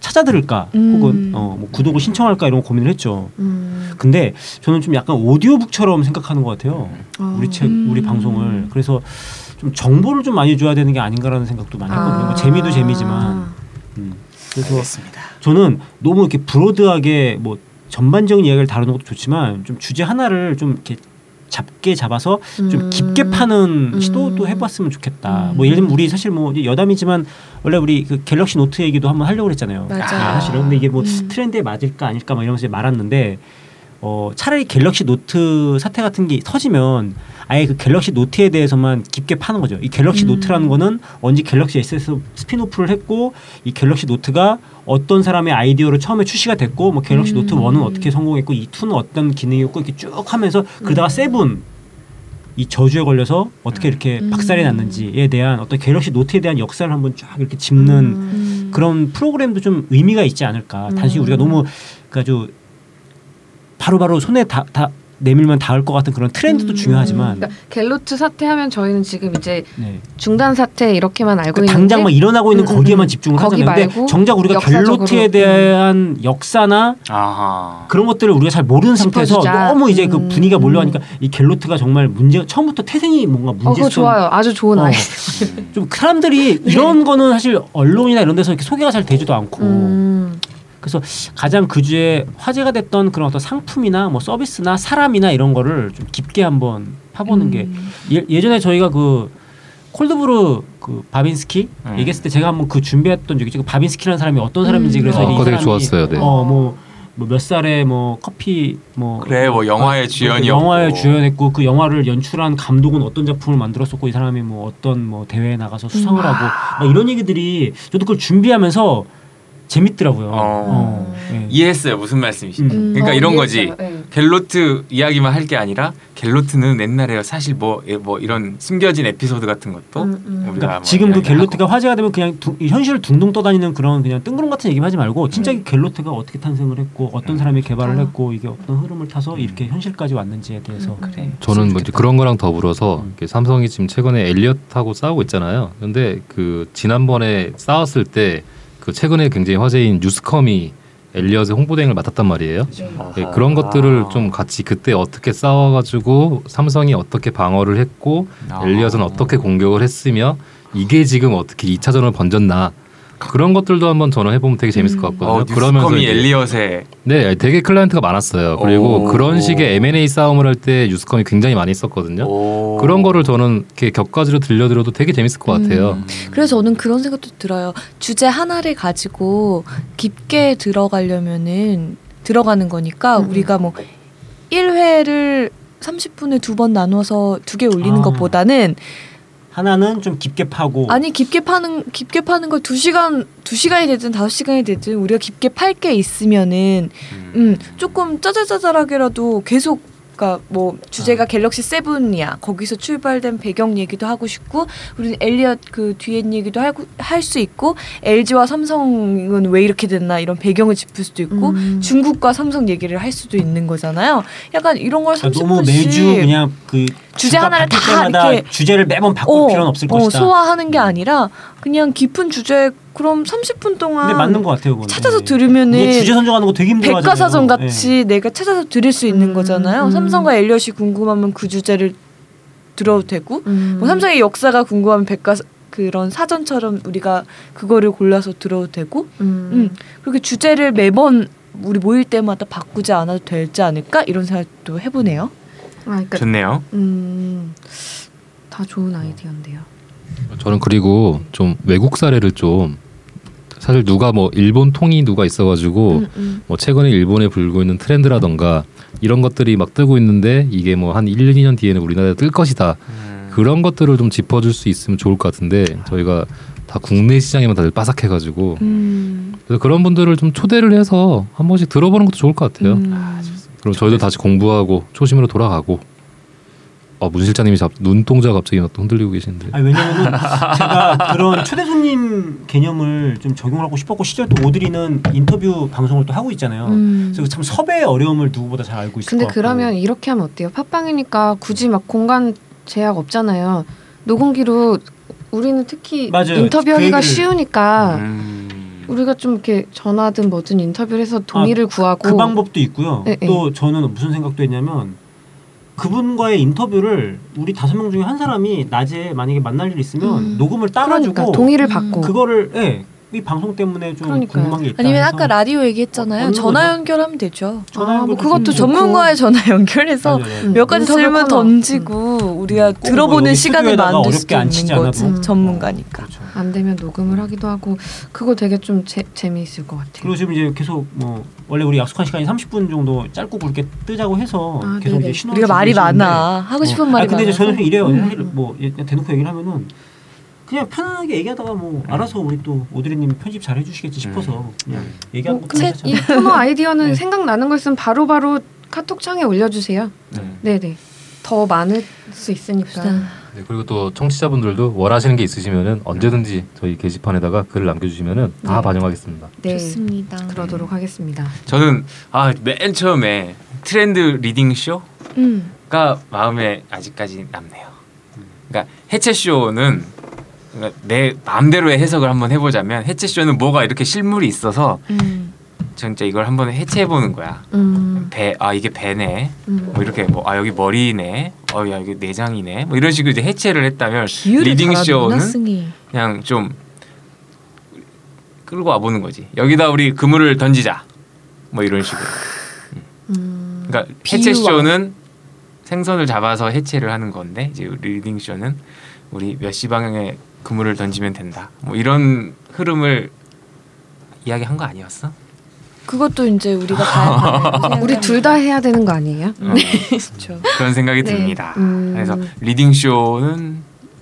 [SPEAKER 2] 찾아 들을까?
[SPEAKER 6] 음.
[SPEAKER 2] 혹은 어, 뭐 구독을 신청할까 이런 거 고민을 했죠.
[SPEAKER 4] 음.
[SPEAKER 2] 근데 저는 좀 약간 오디오북처럼 생각하는 것 같아요.
[SPEAKER 4] 어.
[SPEAKER 2] 우리 책,
[SPEAKER 6] 음.
[SPEAKER 2] 우리 방송을 그래서 좀 정보를 좀 많이 줘야 되는 게 아닌가라는 생각도 많이 하거든요. 뭐
[SPEAKER 4] 아.
[SPEAKER 2] 재미도 재미지만 음. 그래서
[SPEAKER 3] 알겠습니다.
[SPEAKER 2] 저는 너무 이렇게 브로드하게 뭐 전반적인 이야기를 다루는 것도 좋지만 좀 주제 하나를 좀 이렇게 잡게 잡아서 좀
[SPEAKER 4] 음.
[SPEAKER 2] 깊게 파는
[SPEAKER 4] 음.
[SPEAKER 2] 시도도 해봤으면 좋겠다.
[SPEAKER 4] 음.
[SPEAKER 2] 뭐 예를 들면 우리 사실 뭐 이제 여담이지만 원래 우리 그 갤럭시 노트 얘기도 한번 하려고 그랬잖아요.
[SPEAKER 4] 맞아요.
[SPEAKER 2] 아, 사실은 근데 이게 뭐
[SPEAKER 6] 음.
[SPEAKER 2] 트렌드에 맞을까 아닐까 막 이러면서 이제 말았는데 어 차라리 갤럭시 노트 사태 같은 게 터지면 아예 그 갤럭시 노트에 대해서만 깊게 파는 거죠. 이 갤럭시
[SPEAKER 6] 음.
[SPEAKER 2] 노트라는 거는 언제 갤럭시 SS 스피노프를 했고 이 갤럭시 노트가 어떤 사람의 아이디어로 처음에 출시가 됐고 뭐 갤럭시
[SPEAKER 6] 음.
[SPEAKER 2] 노트 1은 어떻게 성공했고 이 2는 어떤 기능이었고 이렇게 쭉 하면서
[SPEAKER 6] 음.
[SPEAKER 2] 그러다가 세븐 이 저주에 걸려서 어떻게 이렇게
[SPEAKER 6] 음.
[SPEAKER 2] 박살이 났는지에 대한 어떤 갤럭시 노트에 대한 역사를 한번 쫙 이렇게 짚는
[SPEAKER 6] 음.
[SPEAKER 2] 그런 프로그램도 좀 의미가 있지 않을까. 단순히
[SPEAKER 4] 음.
[SPEAKER 2] 우리가 너무 그 아주 바로바로 손에 다, 다 내밀면 닿을 것 같은 그런
[SPEAKER 6] 음.
[SPEAKER 2] 트렌드도 중요하지만
[SPEAKER 4] 그러니까 갤로트 사태하면 저희는 지금 이제
[SPEAKER 2] 네.
[SPEAKER 4] 중단 사태 이렇게만 알고
[SPEAKER 2] 그러니까
[SPEAKER 4] 있는데
[SPEAKER 2] 당장 막 일어나고 있는
[SPEAKER 4] 음, 음,
[SPEAKER 2] 거기에만
[SPEAKER 4] 음.
[SPEAKER 2] 집중을
[SPEAKER 4] 거기
[SPEAKER 2] 하잖아요. 근데
[SPEAKER 4] 말고
[SPEAKER 2] 정작 우리가
[SPEAKER 4] 역사적으로, 음.
[SPEAKER 2] 갤로트에 대한 역사나
[SPEAKER 3] 아하.
[SPEAKER 2] 그런 것들을 우리가 잘 모르는 상태에서
[SPEAKER 4] 짚어주자.
[SPEAKER 2] 너무 이제 그
[SPEAKER 4] 음.
[SPEAKER 2] 분위기가 몰려가니까 이 갤로트가 정말 문제 처음부터 태생이 뭔가
[SPEAKER 4] 어 그거
[SPEAKER 2] 문제점
[SPEAKER 4] 좋아요. 네. 아주 좋은
[SPEAKER 2] 어.
[SPEAKER 4] 아이.
[SPEAKER 3] 음.
[SPEAKER 2] 좀 사람들이 이런 거는 사실 언론이나 이런 데서 이렇게 소개가 잘 되지도 않고
[SPEAKER 4] 음.
[SPEAKER 2] 그래서 가장 그 주에 화제가 됐던 그런 어떤 상품이나 뭐 서비스나 사람이나 이런 거를 좀 깊게 한번 파보는
[SPEAKER 4] 음.
[SPEAKER 2] 게 예, 예전에 저희가 그 콜드브루 그 바빈스키
[SPEAKER 3] 음.
[SPEAKER 2] 얘기했을 때 제가 한번 그 준비했던 적이 지금 바빈스키라는 사람이 어떤 사람인지
[SPEAKER 6] 음.
[SPEAKER 2] 그래서
[SPEAKER 5] 아,
[SPEAKER 2] 이
[SPEAKER 5] 그거 되게
[SPEAKER 2] 사람이
[SPEAKER 5] 좋았어요. 네.
[SPEAKER 2] 어뭐 뭐 몇 살에 뭐 커피 뭐
[SPEAKER 3] 그래 뭐 영화의
[SPEAKER 5] 그러니까
[SPEAKER 3] 주연이었고.
[SPEAKER 2] 영화에 주연했고 그 영화를 연출한 감독은 어떤 작품을 만들었었고 이 사람이
[SPEAKER 3] 음.
[SPEAKER 2] 뭐 어떤 뭐 대회에 나가서 수상을 하고 막 이런 얘기들이 저도 그걸 준비하면서 재밌더라고요.
[SPEAKER 3] 어.
[SPEAKER 2] 예.
[SPEAKER 3] 이해했어요. 무슨 말씀이신지.
[SPEAKER 2] 음.
[SPEAKER 3] 그러니까
[SPEAKER 4] 어,
[SPEAKER 3] 이런
[SPEAKER 4] 이해했어요.
[SPEAKER 3] 거지. 갤로트 이야기만 할 게 아니라 갤로트는 옛날에 사실 뭐 뭐 이런 숨겨진 에피소드 같은 것도
[SPEAKER 4] 음, 음.
[SPEAKER 3] 우리가
[SPEAKER 2] 그러니까
[SPEAKER 3] 뭐
[SPEAKER 2] 지금 그
[SPEAKER 3] 이야기하고.
[SPEAKER 2] 갤로트가 화제가 되면 그냥 두, 이 현실을 둥둥 떠다니는 그런 그냥 뜬구름 같은 얘기만 하지
[SPEAKER 3] 음.
[SPEAKER 2] 말고 진짜 이 갤로트가 어떻게 탄생을 했고 어떤 사람이 개발을
[SPEAKER 4] 아.
[SPEAKER 2] 했고 이게 어떤 흐름을 타서
[SPEAKER 3] 음.
[SPEAKER 2] 이렇게 현실까지 왔는지에 대해서
[SPEAKER 3] 그래.
[SPEAKER 5] 저는 뭐 이제 그런 거랑 더불어서
[SPEAKER 2] 음.
[SPEAKER 5] 이렇게 삼성이 지금 최근에 엘리엇하고 싸우고 있잖아요. 근데 그 지난번에 싸웠을 때 그 최근에 굉장히 화제인 뉴스컴이 엘리엇의 홍보 대행을 맡았단 말이에요. 예, 그런 것들을
[SPEAKER 3] 아.
[SPEAKER 5] 좀 같이 그때 어떻게 싸워가지고 삼성이 어떻게 방어를 했고
[SPEAKER 3] 아.
[SPEAKER 5] 엘리엇은 어떻게 공격을 했으며 이게 지금 어떻게 2차전을 번졌나 그런 것들도 한번 전화 해보면 되게 재밌을 것 같거든요.
[SPEAKER 3] 어, 뉴스컴이
[SPEAKER 5] 이제-
[SPEAKER 3] 엘리엇의
[SPEAKER 5] 네, 되게 클라이언트가 많았어요. 그리고
[SPEAKER 3] 오.
[SPEAKER 5] 그런 식의 M&A 싸움을 할 때 뉴스컴이 굉장히 많이 있었거든요.
[SPEAKER 3] 오.
[SPEAKER 5] 그런 거를 저는 이렇게 격가지로 들려드려도 되게 재밌을 것 같아요.
[SPEAKER 3] 음.
[SPEAKER 6] 그래서 저는 그런 생각도 들어요. 주제 하나를 가지고 깊게 들어가려면은 들어가는 거니까
[SPEAKER 4] 음.
[SPEAKER 6] 우리가 뭐 1회를 30분에 두 번 나눠서 두 개 올리는
[SPEAKER 2] 아. 뭐.
[SPEAKER 6] 것보다는
[SPEAKER 2] 하나는 좀 깊게 파고
[SPEAKER 6] 아니 깊게 파는 깊게 파는 걸 두 시간 두 시간이 되든 다섯 시간이 되든 우리가 깊게 팔 게 있으면은 음 조금 짜자자잘하게라도 계속 그러니까 뭐
[SPEAKER 2] 아.
[SPEAKER 6] 주제가 갤럭시 세븐이야 거기서 출발된 배경 얘기도 하고 싶고 우리는 엘리엇 그 뒤에 얘기도 할 수 있고 LG와 삼성은 왜 이렇게 됐나 이런 배경을 짚을 수도 있고
[SPEAKER 4] 음.
[SPEAKER 6] 중국과 삼성 얘기를 할 수도 있는 거잖아요. 약간 이런 걸
[SPEAKER 2] 그러니까
[SPEAKER 6] 30분씩
[SPEAKER 2] 너무 매주 그냥 그
[SPEAKER 6] 주제
[SPEAKER 2] 누가
[SPEAKER 6] 하나를
[SPEAKER 2] 바뀔
[SPEAKER 6] 다
[SPEAKER 2] 때마다
[SPEAKER 6] 이렇게
[SPEAKER 2] 주제를 매번 바꿀 필요는 없을
[SPEAKER 6] 어,
[SPEAKER 2] 것이다. 음.
[SPEAKER 6] 소화하는 게 아니라 그냥 깊은 주제 그럼 30분 동안
[SPEAKER 2] 근데 맞는 것 같아요. 그건.
[SPEAKER 6] 찾아서
[SPEAKER 2] 예. 이게
[SPEAKER 6] 들으면은
[SPEAKER 2] 주제 선정하는 거 되게 예. 힘들어.
[SPEAKER 6] 백과사전 같이 내가 찾아서 들을 수 있는
[SPEAKER 4] 음,
[SPEAKER 6] 거잖아요.
[SPEAKER 4] 음.
[SPEAKER 6] 삼성과 엘리엇이 궁금하면 그 주제를 들어도 되고
[SPEAKER 4] 음.
[SPEAKER 6] 뭐 삼성의 역사가 궁금하면 백과 그런 사전처럼 우리가 그거를 골라서 들어도 되고
[SPEAKER 4] 음.
[SPEAKER 6] 음. 그렇게 주제를 매번 우리 모일 때마다 바꾸지 않아도 되지 않을까 이런 생각도 해보네요.
[SPEAKER 4] 아, 그러니까
[SPEAKER 3] 좋네요.
[SPEAKER 4] 음, 다 좋은 아이디어인데요.
[SPEAKER 5] 저는 그리고 좀 외국 사례를 좀 사실 누가 뭐 일본 통이 누가 있어가지고
[SPEAKER 6] 음, 음.
[SPEAKER 5] 뭐 최근에 일본에 불고 있는 트렌드라던가 이런 것들이 막 뜨고 있는데 이게 뭐 한 1, 2년 뒤에는 우리나라에 뜰 것이다.
[SPEAKER 3] 음.
[SPEAKER 5] 그런 것들을 좀 짚어줄 수 있으면 좋을 것 같은데 저희가 다 국내 시장에만 다들 빠삭해가지고
[SPEAKER 6] 음,
[SPEAKER 5] 그래서 그런 분들을 좀 초대를 해서 한 번씩 들어보는 것도 좋을 것 같아요.
[SPEAKER 6] 음.
[SPEAKER 5] 그럼 저희도 다시 공부하고 초심으로 돌아가고. 아, 문 실장님이 잡, 눈동자 갑자기 막또 흔들리고 계시는데.
[SPEAKER 2] 아니, 왜냐면은 제가 그런 초대 손님 개념을 좀 적용하고 싶었고 실제로 또 오드리는 인터뷰 방송을 또 하고 있잖아요.
[SPEAKER 4] 음.
[SPEAKER 2] 그래서 참 섭외의 어려움을 누구보다 잘 알고 있을
[SPEAKER 4] 근데
[SPEAKER 2] 것 같고.
[SPEAKER 4] 그러면 이렇게 하면 어때요? 팟빵이니까 굳이 막 공간 제약 없잖아요. 녹음기로 우리는 특히
[SPEAKER 2] 맞아요.
[SPEAKER 4] 인터뷰하기가
[SPEAKER 2] 그 얘기를-
[SPEAKER 4] 쉬우니까
[SPEAKER 3] 음.
[SPEAKER 4] 아. 우리가 좀 이렇게 전화든 뭐든 인터뷰를 해서 동의를 구하고
[SPEAKER 2] 그 방법도 있고요.
[SPEAKER 4] 예, 예.
[SPEAKER 2] 또 저는 무슨 생각도 했냐면 그분과의 인터뷰를 우리 다섯 명 중에 한 사람이 낮에 만약에 만날 일 있으면
[SPEAKER 6] 음.
[SPEAKER 2] 녹음을 따가지고
[SPEAKER 4] 그러니까 동의를 받고
[SPEAKER 2] 그거를 예. 이 방송 때문에 좀
[SPEAKER 4] 그러니까요.
[SPEAKER 2] 궁금한 게 있다.
[SPEAKER 6] 어. 아니면
[SPEAKER 2] 해서
[SPEAKER 6] 아까 라디오 얘기했잖아요.
[SPEAKER 2] 어느
[SPEAKER 6] 전화
[SPEAKER 2] 거죠?
[SPEAKER 6] 연결하면 되죠.
[SPEAKER 2] 전화
[SPEAKER 4] 아, 뭐
[SPEAKER 2] 연결도 좀
[SPEAKER 4] 그것도
[SPEAKER 2] 좋고.
[SPEAKER 6] 전문가의 전화 연결해서
[SPEAKER 2] 맞아요, 맞아요.
[SPEAKER 4] 음.
[SPEAKER 6] 몇 가지 음.
[SPEAKER 4] 인터뷰
[SPEAKER 6] 질문
[SPEAKER 4] 코너.
[SPEAKER 6] 던지고 우리가
[SPEAKER 2] 뭐
[SPEAKER 6] 들어보는
[SPEAKER 2] 여기
[SPEAKER 6] 시간을
[SPEAKER 2] 스튜디오에다가
[SPEAKER 6] 만들
[SPEAKER 2] 어렵게
[SPEAKER 6] 수도
[SPEAKER 2] 앉히지 음.
[SPEAKER 6] 있는 거지.
[SPEAKER 4] 않아도.
[SPEAKER 6] 전문가니까.
[SPEAKER 2] 그렇죠.
[SPEAKER 4] 안 되면 녹음을 하기도 하고 그거 되게 좀 재, 재미있을 것 같아요.
[SPEAKER 2] 그리고 지금 이제 계속 뭐 원래 우리 약속한 시간이 30분 정도 짧고 굵게 뜨자고 해서
[SPEAKER 4] 아,
[SPEAKER 2] 계속
[SPEAKER 4] 네네.
[SPEAKER 2] 이제 신호
[SPEAKER 6] 우리가 말이 많아. 하고 싶은 말이
[SPEAKER 2] 음. 아, 근데 이제
[SPEAKER 6] 많아.
[SPEAKER 2] 저는 좀 이래요.
[SPEAKER 4] 음,
[SPEAKER 2] 사실
[SPEAKER 4] 음.
[SPEAKER 2] 뭐 예, 대놓고 얘기를 하면은 그냥 편안하게 얘기하다가 뭐 알아서 우리 또 오드리님 편집 잘 해주시겠지 싶어서 네, 그냥
[SPEAKER 3] 음.
[SPEAKER 2] 얘기하는
[SPEAKER 4] 뭐,
[SPEAKER 2] 것도
[SPEAKER 4] 근데
[SPEAKER 2] 괜찮아요.
[SPEAKER 4] 이 코너 아이디어는
[SPEAKER 2] 그렇죠. 네.
[SPEAKER 4] 생각나는 거 있으면 바로바로 카톡창에 올려주세요.
[SPEAKER 3] 네.
[SPEAKER 4] 네네. 더 많을 수 있으니까.
[SPEAKER 5] 네, 그리고 또 청취자분들도 원하시는 게 있으시면은 언제든지 저희 게시판에다가 글을 남겨주시면은 다
[SPEAKER 4] 네.
[SPEAKER 5] 반영하겠습니다.
[SPEAKER 4] 네.
[SPEAKER 6] 좋습니다.
[SPEAKER 4] 그러도록 하겠습니다.
[SPEAKER 3] 저는 아 맨 처음에 트렌드 리딩 쇼가
[SPEAKER 6] 음.
[SPEAKER 3] 마음에 아직까지 남네요. 그러니까 해체 쇼는 그러니까 내 마음대로의 해석을 한번 해보자면 해체 쇼는 뭐가 이렇게 실물이 있어서
[SPEAKER 6] 음.
[SPEAKER 3] 진짜 이걸 한번 해체해보는 거야.
[SPEAKER 4] 음.
[SPEAKER 3] 배 아 이게 배네.
[SPEAKER 4] 음.
[SPEAKER 3] 뭐 이렇게 뭐 아 여기 머리네. 어야 여기 내장이네. 뭐 이런 식으로 이제 해체를 했다면
[SPEAKER 6] 비유를
[SPEAKER 3] 리딩
[SPEAKER 6] 잘하는구나,
[SPEAKER 3] 쇼는
[SPEAKER 6] 승희.
[SPEAKER 3] 그냥 좀 끌고 와 보는 거지. 여기다 우리 그물을 던지자. 뭐 이런 식으로.
[SPEAKER 4] 음.
[SPEAKER 3] 그러니까
[SPEAKER 6] 비유와.
[SPEAKER 3] 해체 쇼는 생선을 잡아서 해체를 하는 건데 이제 리딩 쇼는 우리 몇 시 방향에 그물을 던지면 된다. 뭐 이런 흐름을 이야기한 거 아니었어?
[SPEAKER 6] 그것도 이제 우리가
[SPEAKER 2] (laughs)
[SPEAKER 6] 다 (laughs)
[SPEAKER 4] 우리 둘 다 해야 되는 거 아니에요?
[SPEAKER 3] 어,
[SPEAKER 6] 그렇죠. (laughs)
[SPEAKER 3] 그런 생각이
[SPEAKER 6] 음.
[SPEAKER 4] 네.
[SPEAKER 3] 듭니다.
[SPEAKER 4] 음.
[SPEAKER 3] 그래서 리딩 쇼는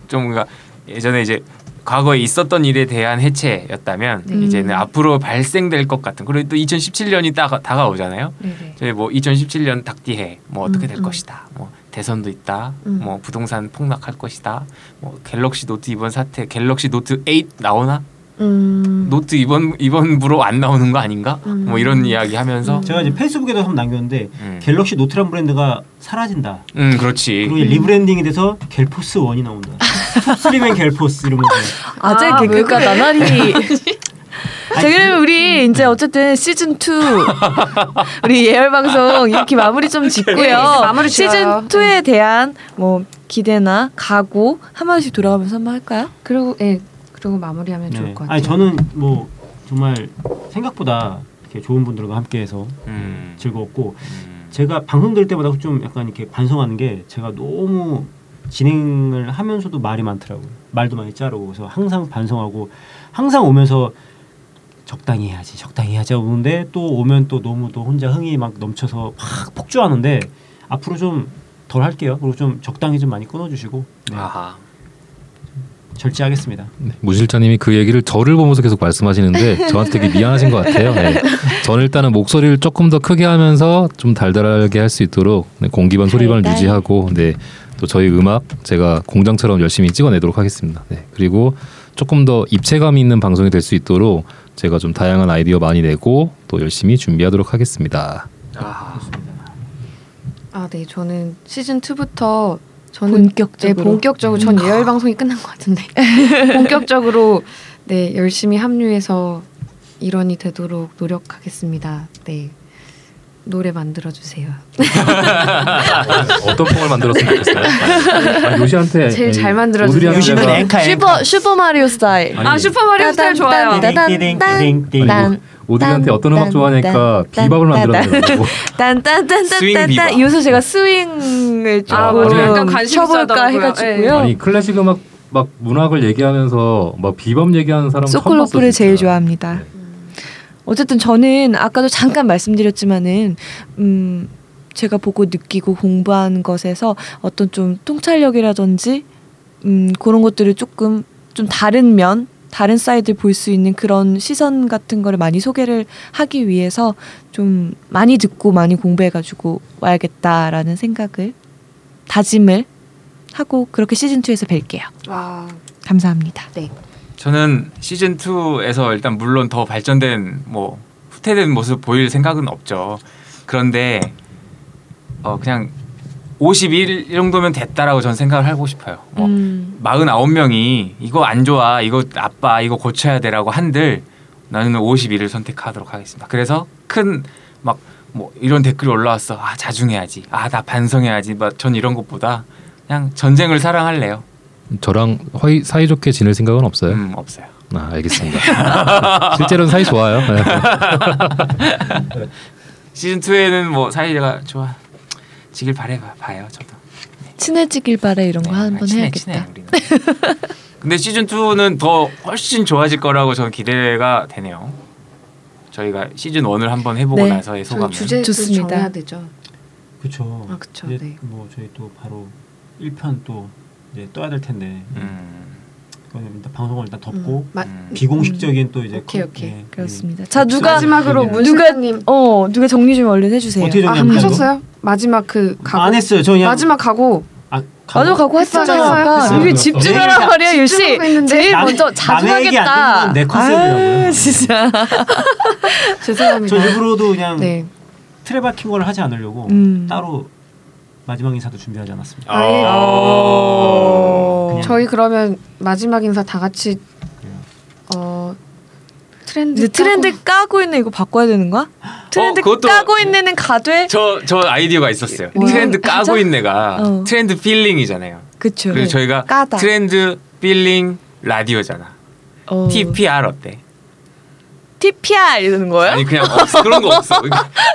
[SPEAKER 3] 좀 뭔가 예전에 이제 과거에 있었던 일에 대한 해체였다면
[SPEAKER 4] 네.
[SPEAKER 3] 이제는 앞으로 발생될 것 같은 그리고 또 2017년이 다가, 다가오잖아요.
[SPEAKER 4] 네네.
[SPEAKER 3] 저희 뭐 2017년 닭띠해 뭐 어떻게 될
[SPEAKER 4] 음, 음.
[SPEAKER 3] 것이다. 뭐 대선도 있다.
[SPEAKER 4] 음.
[SPEAKER 3] 뭐 부동산 폭락할 것이다. 뭐 갤럭시 노트 이번 사태 갤럭시 노트 8 나오나?
[SPEAKER 4] 음.
[SPEAKER 3] 노트 이번 이번부로 안 나오는 거 아닌가?
[SPEAKER 4] 음.
[SPEAKER 3] 뭐 이런 이야기 하면서
[SPEAKER 2] 제가 이제 페이스북에도 한번 남겼는데
[SPEAKER 3] 음.
[SPEAKER 2] 갤럭시 노트란 브랜드가 사라진다.
[SPEAKER 3] 음 그렇지.
[SPEAKER 2] 그리고 리브랜딩이 돼서 갤포스 1이
[SPEAKER 4] (laughs)
[SPEAKER 2] 나온다. 톱3맨 갤포스 이러면서.
[SPEAKER 6] 아재
[SPEAKER 4] 아,
[SPEAKER 6] 개그가
[SPEAKER 4] 왜 그래?
[SPEAKER 6] 나날이. 자 그러면 우리 이제 어쨌든 시즌 2 우리 예열 방송 이렇게 마무리 좀
[SPEAKER 4] 네,
[SPEAKER 6] 짓고요.
[SPEAKER 4] 마무리
[SPEAKER 6] 시즌
[SPEAKER 4] 지어요. 네.
[SPEAKER 6] 2에 대한 뭐 기대나 각오 한 마디씩 돌아가면서 한번 할까요?
[SPEAKER 4] 그리고 예 그리고 마무리하면
[SPEAKER 2] 네.
[SPEAKER 4] 좋을 것 같아요.
[SPEAKER 2] 아니 저는 뭐 정말 생각보다 이렇게 좋은 분들과 함께해서
[SPEAKER 3] 음.
[SPEAKER 2] 즐거웠고
[SPEAKER 3] 음.
[SPEAKER 2] 제가 방송 될 때마다 좀 약간 이렇게 반성하는 게 제가 너무 진행을 하면서도 말이 많더라고요. 말도 많이 자르고 그래서 항상 반성하고 항상 오면서 적당히 해야지 적당히 해야지 오는데 또 오면 또 너무 또 혼자 흥이 막 넘쳐서 막 폭주하는데 앞으로 좀 덜 할게요. 그리고 좀 적당히 좀 많이 끊어주시고 네,
[SPEAKER 3] 아하.
[SPEAKER 2] 절제하겠습니다.
[SPEAKER 5] 네, 무실자님이 그 얘기를 저를 보면서 계속
[SPEAKER 4] (laughs)
[SPEAKER 5] 말씀하시는데 저한테 되게 미안하신 것 같아요. 네. 저는 일단은 목소리를 조금 더 크게 하면서 좀 달달하게 할 수 있도록 네, 공기반 소리반을
[SPEAKER 1] 달달.
[SPEAKER 5] 유지하고 네, 또 저희 음악 제가 공장처럼 열심히 찍어내도록 하겠습니다. 네, 그리고 조금 더 입체감 있는 방송이 될 수 있도록 제가 좀 다양한 아이디어 많이 내고 또 열심히 준비하도록 하겠습니다.
[SPEAKER 3] 아하.
[SPEAKER 4] 아, 네. 저는 시즌 2부터 저는 네,
[SPEAKER 6] 본격적으로 음.
[SPEAKER 4] 본격적으로 전 예열 방송이 끝난 것
[SPEAKER 6] (laughs)
[SPEAKER 4] 같은데. 본격적으로 네, 열심히 합류해서 일원이 되도록 노력하겠습니다. 네. 노래 만들어 주세요.
[SPEAKER 5] 어떤 폼을 만들었으면 좋겠어요? 아, 요시한테
[SPEAKER 4] 제일 잘 만들어주세요.
[SPEAKER 5] 오드리
[SPEAKER 4] 요시는
[SPEAKER 5] 학자가
[SPEAKER 2] 앵커
[SPEAKER 6] 슈퍼 슈퍼 마리오 스타일.
[SPEAKER 4] 네.
[SPEAKER 6] 네.
[SPEAKER 5] 아니,
[SPEAKER 4] 슈퍼마리오 어, 네,
[SPEAKER 2] 띠링띠링띠링띠링.
[SPEAKER 5] 아니, 오드리한테 어떤 음악 좋아하니까 비밥을 만들었다고.
[SPEAKER 3] 스윙 비바.
[SPEAKER 6] 딴딴딴딴딴딴 요새 제가 스윙을
[SPEAKER 5] 아,
[SPEAKER 6] 조금
[SPEAKER 5] 맞아요.
[SPEAKER 4] 약간 관심
[SPEAKER 6] 쳐볼까
[SPEAKER 4] 있어하더라고요.
[SPEAKER 6] 해가지고요.
[SPEAKER 5] 아니 클래식 음악 막 문학을 얘기하면서 막 비범 얘기하는 사람
[SPEAKER 6] 소콜로프를 제일 좋아합니다. 어쨌든 저는 아까도 잠깐 말씀드렸지만은 음 제가 보고 느끼고 공부한 것에서 어떤 좀 통찰력이라든지 음 그런 것들을 조금 좀 다른 면 다른 사이드를 볼 수 있는 그런 시선 같은 거를 많이 소개를 하기 위해서 좀 많이 듣고 많이 공부해가지고 와야겠다라는 생각을 다짐을 하고 그렇게 시즌 2에서 뵐게요.
[SPEAKER 4] 와. 네.
[SPEAKER 6] 감사합니다.
[SPEAKER 3] 저는 시즌 2에서 일단 물론 더 발전된 뭐 후퇴된 모습 보일 생각은 없죠. 그런데 어 그냥 51 정도면 됐다라고 전 생각을 하고 싶어요. 뭐
[SPEAKER 6] 음.
[SPEAKER 3] 49명이 이거 안 좋아, 이거 아빠, 이거 고쳐야 돼라고 한들 나는 51을 선택하도록 하겠습니다. 그래서 큰 막 뭐 이런 댓글이 올라왔어. 아 자중해야지. 아 나 반성해야지. 막 전 이런 것보다 그냥 전쟁을 사랑할래요.
[SPEAKER 5] 저랑 허이, 사이좋게 지낼 생각은 없어요.
[SPEAKER 3] 음 없어요.
[SPEAKER 5] 아 알겠습니다.
[SPEAKER 6] (laughs)
[SPEAKER 5] 실제로는 사이 좋아요. 네.
[SPEAKER 3] 시즌 2에는 뭐 사이가 좋아 지길 바래봐 봐요 저도.
[SPEAKER 6] 친해지길 바래 이런 거
[SPEAKER 3] 네,
[SPEAKER 6] 한번
[SPEAKER 3] 친해,
[SPEAKER 6] 해야겠다.
[SPEAKER 3] 친해, 우리는. 근데 시즌 2는 더 훨씬 좋아질 거라고 저는 기대가 되네요. 저희가 시즌 1을 한번 해보고
[SPEAKER 6] 네,
[SPEAKER 3] 나서의 소감은
[SPEAKER 4] 주제
[SPEAKER 6] 좋습니다.
[SPEAKER 4] 정해야 되죠.
[SPEAKER 2] 그렇죠.
[SPEAKER 4] 아, 그쵸,
[SPEAKER 2] 이제
[SPEAKER 4] 네.
[SPEAKER 2] 뭐 저희 또 바로 1편 또 이제 떠야 될 텐데
[SPEAKER 3] 음,
[SPEAKER 2] 그거는 일단 방송을 일단 덮고
[SPEAKER 4] 마,
[SPEAKER 3] 음.
[SPEAKER 2] 비공식적인 또 이제
[SPEAKER 4] 오케이,
[SPEAKER 2] 컷-
[SPEAKER 4] 오케이.
[SPEAKER 2] 예,
[SPEAKER 6] 그렇습니다.
[SPEAKER 2] 예.
[SPEAKER 6] 자, 누가-
[SPEAKER 4] 마지막으로
[SPEAKER 2] 네.
[SPEAKER 4] 문 실장님
[SPEAKER 6] 어 누가 정리 좀 얼른 해주세요.
[SPEAKER 2] 어떻게
[SPEAKER 4] 아,
[SPEAKER 2] 정리하면
[SPEAKER 4] 하셨어요? 마지막 그 각오.
[SPEAKER 2] 음. 안 했어요. 저 그냥
[SPEAKER 4] 마지막 각오.
[SPEAKER 2] 아,
[SPEAKER 6] 맞아
[SPEAKER 2] 가고-
[SPEAKER 6] 갖고
[SPEAKER 4] 했어요,
[SPEAKER 6] 했잖아요.
[SPEAKER 4] 했어요.
[SPEAKER 6] 아까.
[SPEAKER 2] 했어요.
[SPEAKER 6] 이게
[SPEAKER 2] 했어요.
[SPEAKER 6] 집중하란
[SPEAKER 4] 네.
[SPEAKER 6] 말이야 열시.
[SPEAKER 4] 집중하고 있는데.
[SPEAKER 6] 제일
[SPEAKER 2] 남-
[SPEAKER 6] 먼저 자주
[SPEAKER 2] 남의 얘기 안
[SPEAKER 6] 하겠다.
[SPEAKER 2] 듣는 건내 컨셉이라고요.
[SPEAKER 6] 아, 진짜.
[SPEAKER 4] 죄송합니다.
[SPEAKER 2] 저 일부러도 그냥
[SPEAKER 4] 네.
[SPEAKER 2] 틀에 박힌 걸 하지 않으려고
[SPEAKER 6] 음.
[SPEAKER 2] 따로 마지막 인사도 준비하지 않았습니다.
[SPEAKER 4] 아예-
[SPEAKER 3] 어.
[SPEAKER 2] 그냥-
[SPEAKER 4] 저희 그러면 마지막 인사 다 같이 어 트렌드
[SPEAKER 6] 이제 트렌드
[SPEAKER 4] 까고-
[SPEAKER 6] 까고 있는 이거 바꿔야 되는 거야? 트렌드
[SPEAKER 3] 어, 그것도-
[SPEAKER 6] 까고 있는 애는 가돼.
[SPEAKER 3] 저, 저 아이디어가 있었어요.
[SPEAKER 4] 뭐야?
[SPEAKER 3] 트렌드 까고 있는 애가
[SPEAKER 6] 어.
[SPEAKER 3] 트렌드 필링이잖아요.
[SPEAKER 6] 그쵸.
[SPEAKER 3] 그리고 저희가
[SPEAKER 6] 까다.
[SPEAKER 3] 트렌드 필링 라디오잖아.
[SPEAKER 6] 어.
[SPEAKER 3] TPR 어때?
[SPEAKER 6] TPR 이러는 거예요?
[SPEAKER 3] 아니 그냥 없어 그런 거 없어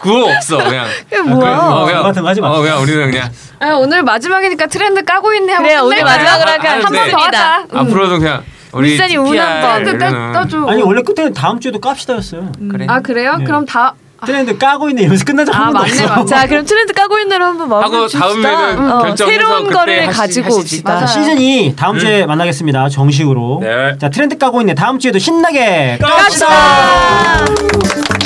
[SPEAKER 3] 그거 없어 그냥
[SPEAKER 6] 그게 뭐야?
[SPEAKER 3] 그냥, 어, 그냥,
[SPEAKER 2] 그거 같은 거 하지 마.
[SPEAKER 3] 어, 그냥 우리는 그냥
[SPEAKER 4] 아, 오늘 마지막이니까 트렌드 까고 있네 하고
[SPEAKER 6] 그래, 오늘
[SPEAKER 4] 끝낼까요?
[SPEAKER 6] 마지막으로 네.
[SPEAKER 3] 하게
[SPEAKER 4] 아, 한번
[SPEAKER 3] 하는데.
[SPEAKER 4] 더 하자. 음. 응.
[SPEAKER 3] 앞으로도 그냥 우리
[SPEAKER 6] 울산이
[SPEAKER 3] TPR
[SPEAKER 6] 운한 번.
[SPEAKER 4] 네,
[SPEAKER 3] 이러는-
[SPEAKER 4] 떠- 떠줘.
[SPEAKER 2] 아니 원래 끝에는 다음 주에도 깝시다였어요.
[SPEAKER 3] 그래
[SPEAKER 4] 아 그래요?
[SPEAKER 2] 네.
[SPEAKER 4] 그럼 다
[SPEAKER 2] 트렌드 까고 있네 이러면서 끝난 적한
[SPEAKER 4] 아
[SPEAKER 2] 번도
[SPEAKER 4] 맞네
[SPEAKER 2] 없어.
[SPEAKER 4] 맞네.
[SPEAKER 6] (laughs) 자, 그럼 트렌드 까고 있는로 한번 마무리
[SPEAKER 3] 하고
[SPEAKER 6] 줍시다. 어,
[SPEAKER 3] 다음에는 결정해서
[SPEAKER 6] 새로운
[SPEAKER 3] 그때
[SPEAKER 6] 거를
[SPEAKER 3] 하시-
[SPEAKER 6] 가지고
[SPEAKER 3] 하시지.
[SPEAKER 6] 옵시다.
[SPEAKER 4] 맞아요.
[SPEAKER 2] 시즌 2 다음 주에 만나겠습니다. 정식으로.
[SPEAKER 3] 네.
[SPEAKER 2] 자 트렌드 까고 있네 다음 주에도 신나게
[SPEAKER 3] 깝시다!
[SPEAKER 2] 깝시다.